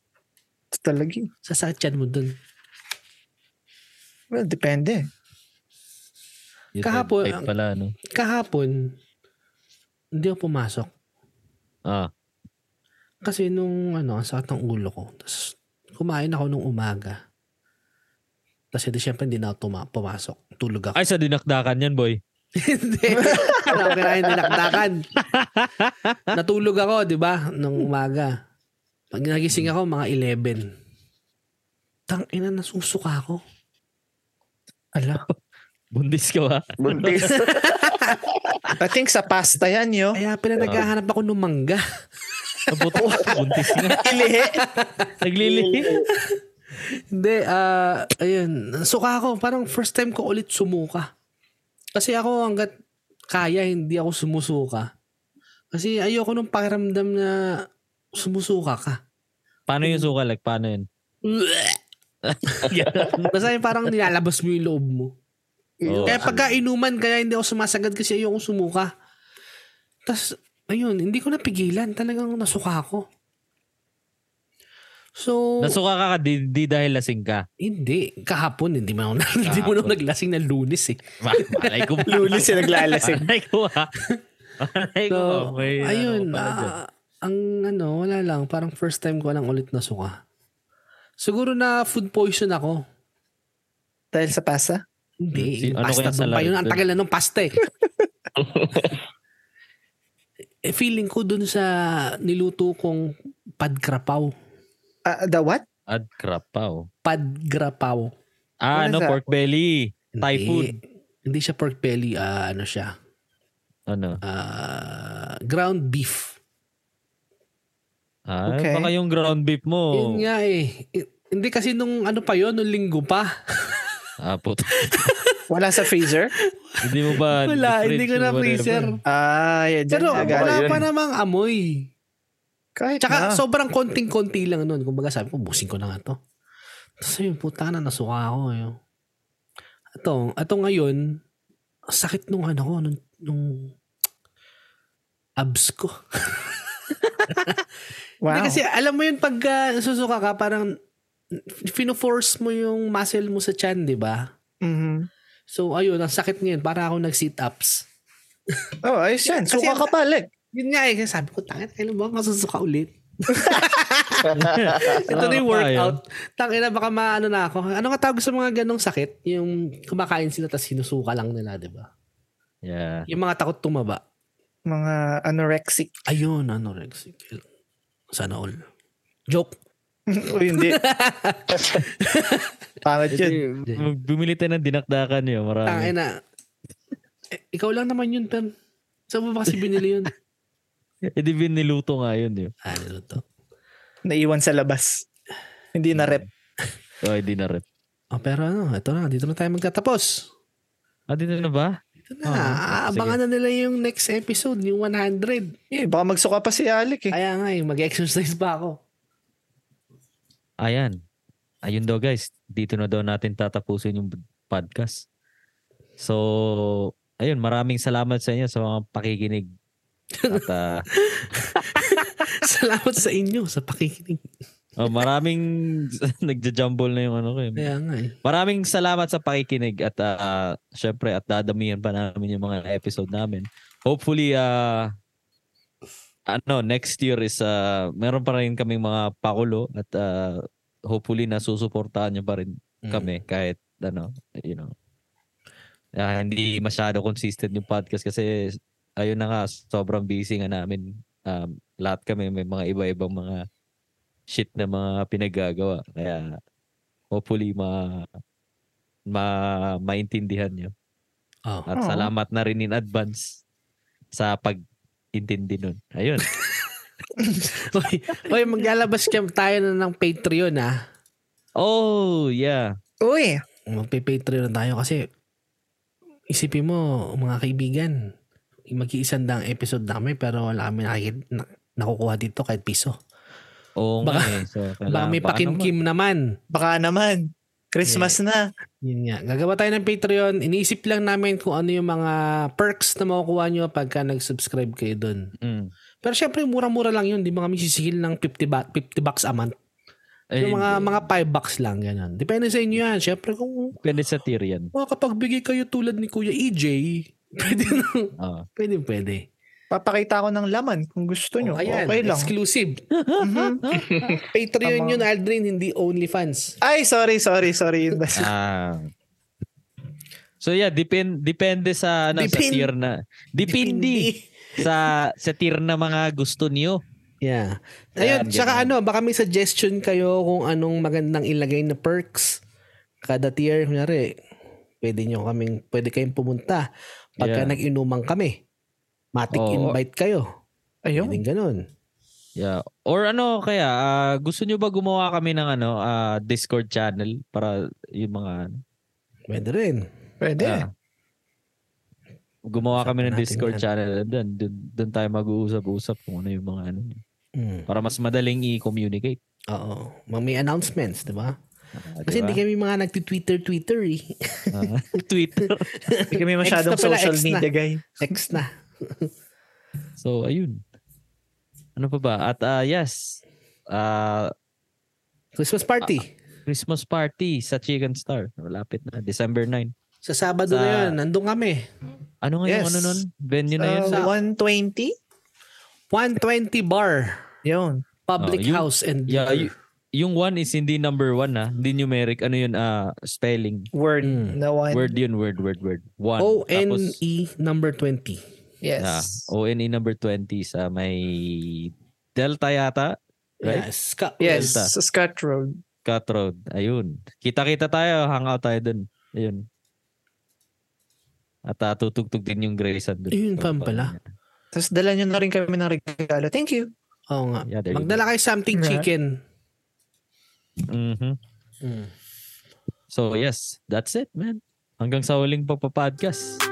Speaker 3: Ito Talaga. eh.
Speaker 2: Sasakit yan mo dun.
Speaker 3: Well, depende.
Speaker 2: Kahapon,
Speaker 1: Type
Speaker 2: ang-
Speaker 1: pala, no?
Speaker 2: Kahapon, hindi ako pumasok.
Speaker 1: Ah,
Speaker 2: Kasi nung ano, ang sakit ng ulo ko. Tapos kumain ako nung umaga. Tapos hindi siyempre hindi na ako tuma- pumasok. Tulog ako.
Speaker 1: ay, sa dinakdakan yan, boy.
Speaker 2: Hindi. Wala akong kinain dinakdakan. Natulog ako, di ba? Nung umaga. Pag nagising ako, mga 11. Tang ina, nasusuka ako.
Speaker 3: Ala.
Speaker 1: Bundis ka ba?
Speaker 4: Buntis.
Speaker 3: I think sa pasta yan, yo.
Speaker 2: Kaya pala naghahanap ako ng mangga.
Speaker 1: Nabuto Buntis nga.
Speaker 3: Ilihe.
Speaker 1: Naglilihi.
Speaker 2: Hindi, ah, ayun. Suka ako. Parang first time ko ulit sumuka. Kasi ako hanggat kaya, hindi ako sumusuka. Kasi ayoko nung pakiramdam na sumusuka ka.
Speaker 1: Paano yung suka? Like, paano yun?
Speaker 2: Basta yung parang nilalabas mo yung loob mo.
Speaker 1: Oo.
Speaker 2: Kaya pagka inuman, kaya hindi ako sumasagad kasi ayoko sumuka. Tapos, ayun, hindi ko napigilan. Talagang nasuka ako. So,
Speaker 1: Nasuka ka ka, di, di dahil lasing ka.
Speaker 2: hindi. Kahapon, hindi mo na, hindi mo na naglasing na lunes eh.
Speaker 1: Ma- Malay ko ba?
Speaker 3: Lulis yung naglalasing.
Speaker 1: Malay ko ha. Malay ko ba?
Speaker 2: So,
Speaker 1: May ano
Speaker 2: ayun,
Speaker 1: pala dyan.
Speaker 2: ah, ang ano, wala lang. Parang first time ko lang ulit na suka. Siguro na food poison ako.
Speaker 3: Dahil sa
Speaker 1: Si-
Speaker 3: pasta?
Speaker 2: Hindi, yung
Speaker 1: ano
Speaker 2: pasta
Speaker 1: kaya sa
Speaker 2: doon pa
Speaker 1: lahat
Speaker 2: yun. Ang
Speaker 1: doon?
Speaker 2: tagal na nung pasta eh. Eh, feeling ko dun sa niluto kong padgrapaw.
Speaker 3: Ah, the what?
Speaker 1: Ad crap pa oh.
Speaker 2: Padgrapaw.
Speaker 1: Ah,
Speaker 3: Ano
Speaker 1: ano,
Speaker 3: sa-
Speaker 1: pork belly.
Speaker 2: Hindi.
Speaker 1: Thai food.
Speaker 2: Hindi siya pork belly. ah, ano siya?
Speaker 1: Ano?
Speaker 2: ah, ground beef.
Speaker 1: Ah,
Speaker 3: Okay.
Speaker 1: baka yung ground beef mo.
Speaker 2: Yun nga eh. I- Hindi kasi nung ano pa yon nung linggo pa.
Speaker 1: Ah, puta.
Speaker 3: Wala sa freezer?
Speaker 1: hindi mo ba
Speaker 2: Wala,
Speaker 1: di-fridge
Speaker 2: hindi ko
Speaker 1: or
Speaker 2: na
Speaker 1: whatever?
Speaker 2: freezer.
Speaker 3: Ah, yeah. dyan
Speaker 2: Pero
Speaker 3: agad.
Speaker 2: wala
Speaker 4: yun.
Speaker 2: pa namang amoy.
Speaker 3: Kahit
Speaker 2: Tsaka
Speaker 3: na.
Speaker 2: sobrang konting-konti lang nun. Kumbaga sabi ko, busing ko na nga to. Tapos yun, puta na, nasuka ako. Yun. Ito, ito ngayon, ang sakit nung ano ko, nung, nung abs ko.
Speaker 3: wow.
Speaker 2: Hindi kasi alam mo yun, pag ah, nasusuka ka, parang fino-force mo yung muscle mo sa chan, di ba?
Speaker 3: Mhm.
Speaker 2: So ayun, ang sakit ngayon, para ako nag-sit-ups.
Speaker 3: Oh, ayos yan.
Speaker 2: Kasi
Speaker 3: Suka
Speaker 2: ang-
Speaker 3: ka pa, Alec.
Speaker 2: Yun nga eh, kasi sabi ko, tangin, kailan ba ako masusuka ulit? Ito na yung workout. Tangin na, baka maano na ako. Ano nga tawag sa mga ganong sakit? Yung kumakain sila tapos sinusuka lang nila, di ba?
Speaker 1: Yeah.
Speaker 2: Yung mga takot tumaba.
Speaker 3: Mga anorexic.
Speaker 2: Ayun, anorexic. Sana all. Joke.
Speaker 3: o hindi. Pangit yun.
Speaker 1: Mag- Bumili tayo ng dinakdakan yun. Marami.
Speaker 2: Tangin na. Eh, ikaw lang naman yun, Pem. Saan mo ba kasi binili yun?
Speaker 1: Eh, di biniluto nga yun. yun.
Speaker 2: ah, ano to?
Speaker 3: Naiwan sa labas. Hindi na rep.
Speaker 1: Oh, hindi na rep.
Speaker 2: Oh, pero ano, ito na. Dito na tayo magtatapos.
Speaker 1: Ah, dito na ba?
Speaker 2: Ito
Speaker 1: Oh, okay.
Speaker 2: na. Abangan na nila yung next episode, yung 100.
Speaker 3: Eh, baka magsuka pa si Alec eh.
Speaker 2: Kaya nga eh, mag-exercise pa ako.
Speaker 1: Ayan. Ah, Ayun daw guys. Dito na daw natin tatapusin yung podcast. So, ayun. Maraming salamat sa inyo sa mga pakikinig At ah,
Speaker 2: Salamat sa inyo sa pakikinig.
Speaker 1: oh, maraming nagja-jumble na yung ano ko. eh.
Speaker 2: Kaya nga eh.
Speaker 1: Maraming salamat sa pakikinig at ah, syempre at dadamihan pa namin yung mga episode namin. Hopefully ah ano next year is ah, meron pa rin kaming mga pakulo at ah, hopefully nasusuportahan niyo pa rin
Speaker 2: Mm.
Speaker 1: kami kahit ano you know ah, hindi masyado consistent yung podcast kasi ayun na nga sobrang busy nga namin um, lahat kami may mga iba-ibang mga shit na mga pinagagawa kaya hopefully ma ma maintindihan nyo
Speaker 2: Oh.
Speaker 1: at
Speaker 3: Oo.
Speaker 1: salamat na rin in advance sa pag-intindi nun. Ayun.
Speaker 2: Oy, oy, maglalabas kam tayo na ng Patreon ah.
Speaker 1: Oh, yeah.
Speaker 3: Uy,
Speaker 2: Magpe-Patreon tayo kasi isipin mo mga kaibigan, mag-iisandang episode na kami pero wala kami nakikit, na, nakukuha dito kahit piso.
Speaker 1: Oo nga
Speaker 2: Baka-
Speaker 1: eh. So,
Speaker 2: Baka
Speaker 1: kailangan-
Speaker 2: may
Speaker 1: baka naman.
Speaker 2: pakimkim naman.
Speaker 3: baka naman. Christmas na.
Speaker 2: Yun nga. Gagawa tayo ng Patreon. Iniisip lang namin kung ano yung mga perks na makukuha nyo pagka nag-subscribe kayo doon.
Speaker 1: Mm.
Speaker 2: Pero syempre, mura-mura lang yun. Di ba kami sisigil ng 50, ba- 50 bucks a month?
Speaker 1: Eh,
Speaker 2: Yung mga,
Speaker 1: hindi.
Speaker 2: mga 5 bucks lang. Ganun. Depende sa inyo yan. Syempre, kung
Speaker 1: Pwede sa tier yan.
Speaker 2: makakapagbigay kayo tulad ni Kuya EJ, pwede nang,
Speaker 1: Ah.
Speaker 2: pwede, pwede.
Speaker 3: Papakita ko ng laman kung gusto nyo.
Speaker 2: Oh, ayan,
Speaker 3: okay lang.
Speaker 2: exclusive.
Speaker 3: Mhm.
Speaker 1: Uh-huh.
Speaker 2: Patreon
Speaker 3: Tama.
Speaker 2: yun, Aldrin, hindi OnlyFans.
Speaker 3: Ay, sorry, sorry, sorry.
Speaker 1: Ah. So yeah, depend depende sa ano sa
Speaker 2: Depend-
Speaker 1: tier na. Depende sa sa tier na mga gusto niyo.
Speaker 2: Yeah.
Speaker 1: Ayan,
Speaker 2: Ayun, tsaka
Speaker 1: ganun.
Speaker 2: ano, baka may suggestion kayo kung anong magandang ilagay na perks kada tier. Kunyari, pwede nyo kaming, pwede kayong pumunta
Speaker 1: Yeah.
Speaker 2: pagka nag-inuman kami. Matik
Speaker 1: Oo.
Speaker 2: invite kayo.
Speaker 3: Ayun.
Speaker 2: Pwedeng ganun.
Speaker 1: Yeah. Or ano kaya ah, gusto niyo ba gumawa kami ng ano ah, Discord channel para yung mga ano,
Speaker 2: Pwede rin.
Speaker 3: Pwede.
Speaker 1: ah, gumawa kami ng
Speaker 2: Usapan natin
Speaker 1: Discord
Speaker 2: yan.
Speaker 1: channel and then dun, dun tayo mag-uusap-usap kung ano yung mga ano niyo.
Speaker 2: Mm.
Speaker 1: para mas madaling i-communicate.
Speaker 2: Oo. Mga May announcements, di ba?
Speaker 1: Ah,
Speaker 2: Kasi hindi
Speaker 1: diba?
Speaker 2: kami mga nagtitwitter-twitter eh.
Speaker 1: Ah, Twitter.
Speaker 3: Hindi kami masyadong
Speaker 2: Ex na pala,
Speaker 3: social
Speaker 2: ex na.
Speaker 3: media guy.
Speaker 2: Text na.
Speaker 1: So, ayun. Ano pa ba? At ah, yes, ah,
Speaker 2: Christmas party.
Speaker 1: Christmas party sa Chicken Star. Malapit na. December 9.
Speaker 2: Sa
Speaker 1: Sa-
Speaker 2: Sabado na yun, nandun kami.
Speaker 1: Ano nga yung
Speaker 3: Yes.
Speaker 1: ano nun? Venue na yun?
Speaker 3: Uh, 120?
Speaker 2: 120 bar.
Speaker 3: Yun.
Speaker 2: Public
Speaker 1: Oh, yun-
Speaker 2: house and
Speaker 1: Yeah, y- yung one is hindi number one ha. Hindi numeric. Ano yun? ah spelling.
Speaker 3: Word
Speaker 2: Mm.
Speaker 3: na one.
Speaker 1: Hmm. Word yun. Word, word, word. One. Tapos,
Speaker 2: O-N-E E number 20.
Speaker 3: Yes.
Speaker 1: yeah, O-N-E number 20 sa may Delta yata. Right?
Speaker 2: Yes. Ka-
Speaker 3: Yes,
Speaker 1: Delta.
Speaker 3: sa Scott Road.
Speaker 1: Cut Road. Ayun. Kita-kita tayo. Hangout tayo dun. Ayun. At ah, tutugtog din yung Grayson dun.
Speaker 2: Ayun, fam pala.
Speaker 3: Tapos dala nyo na rin kami ng regalo. Thank you.
Speaker 2: Oo nga.
Speaker 1: Yeah, there you
Speaker 2: Magdala kayo something
Speaker 3: Yeah.
Speaker 2: chicken.
Speaker 1: Mhm. So yes, that's it, man. Hanggang sa huling pagpa-podcast.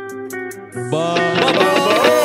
Speaker 1: Bye!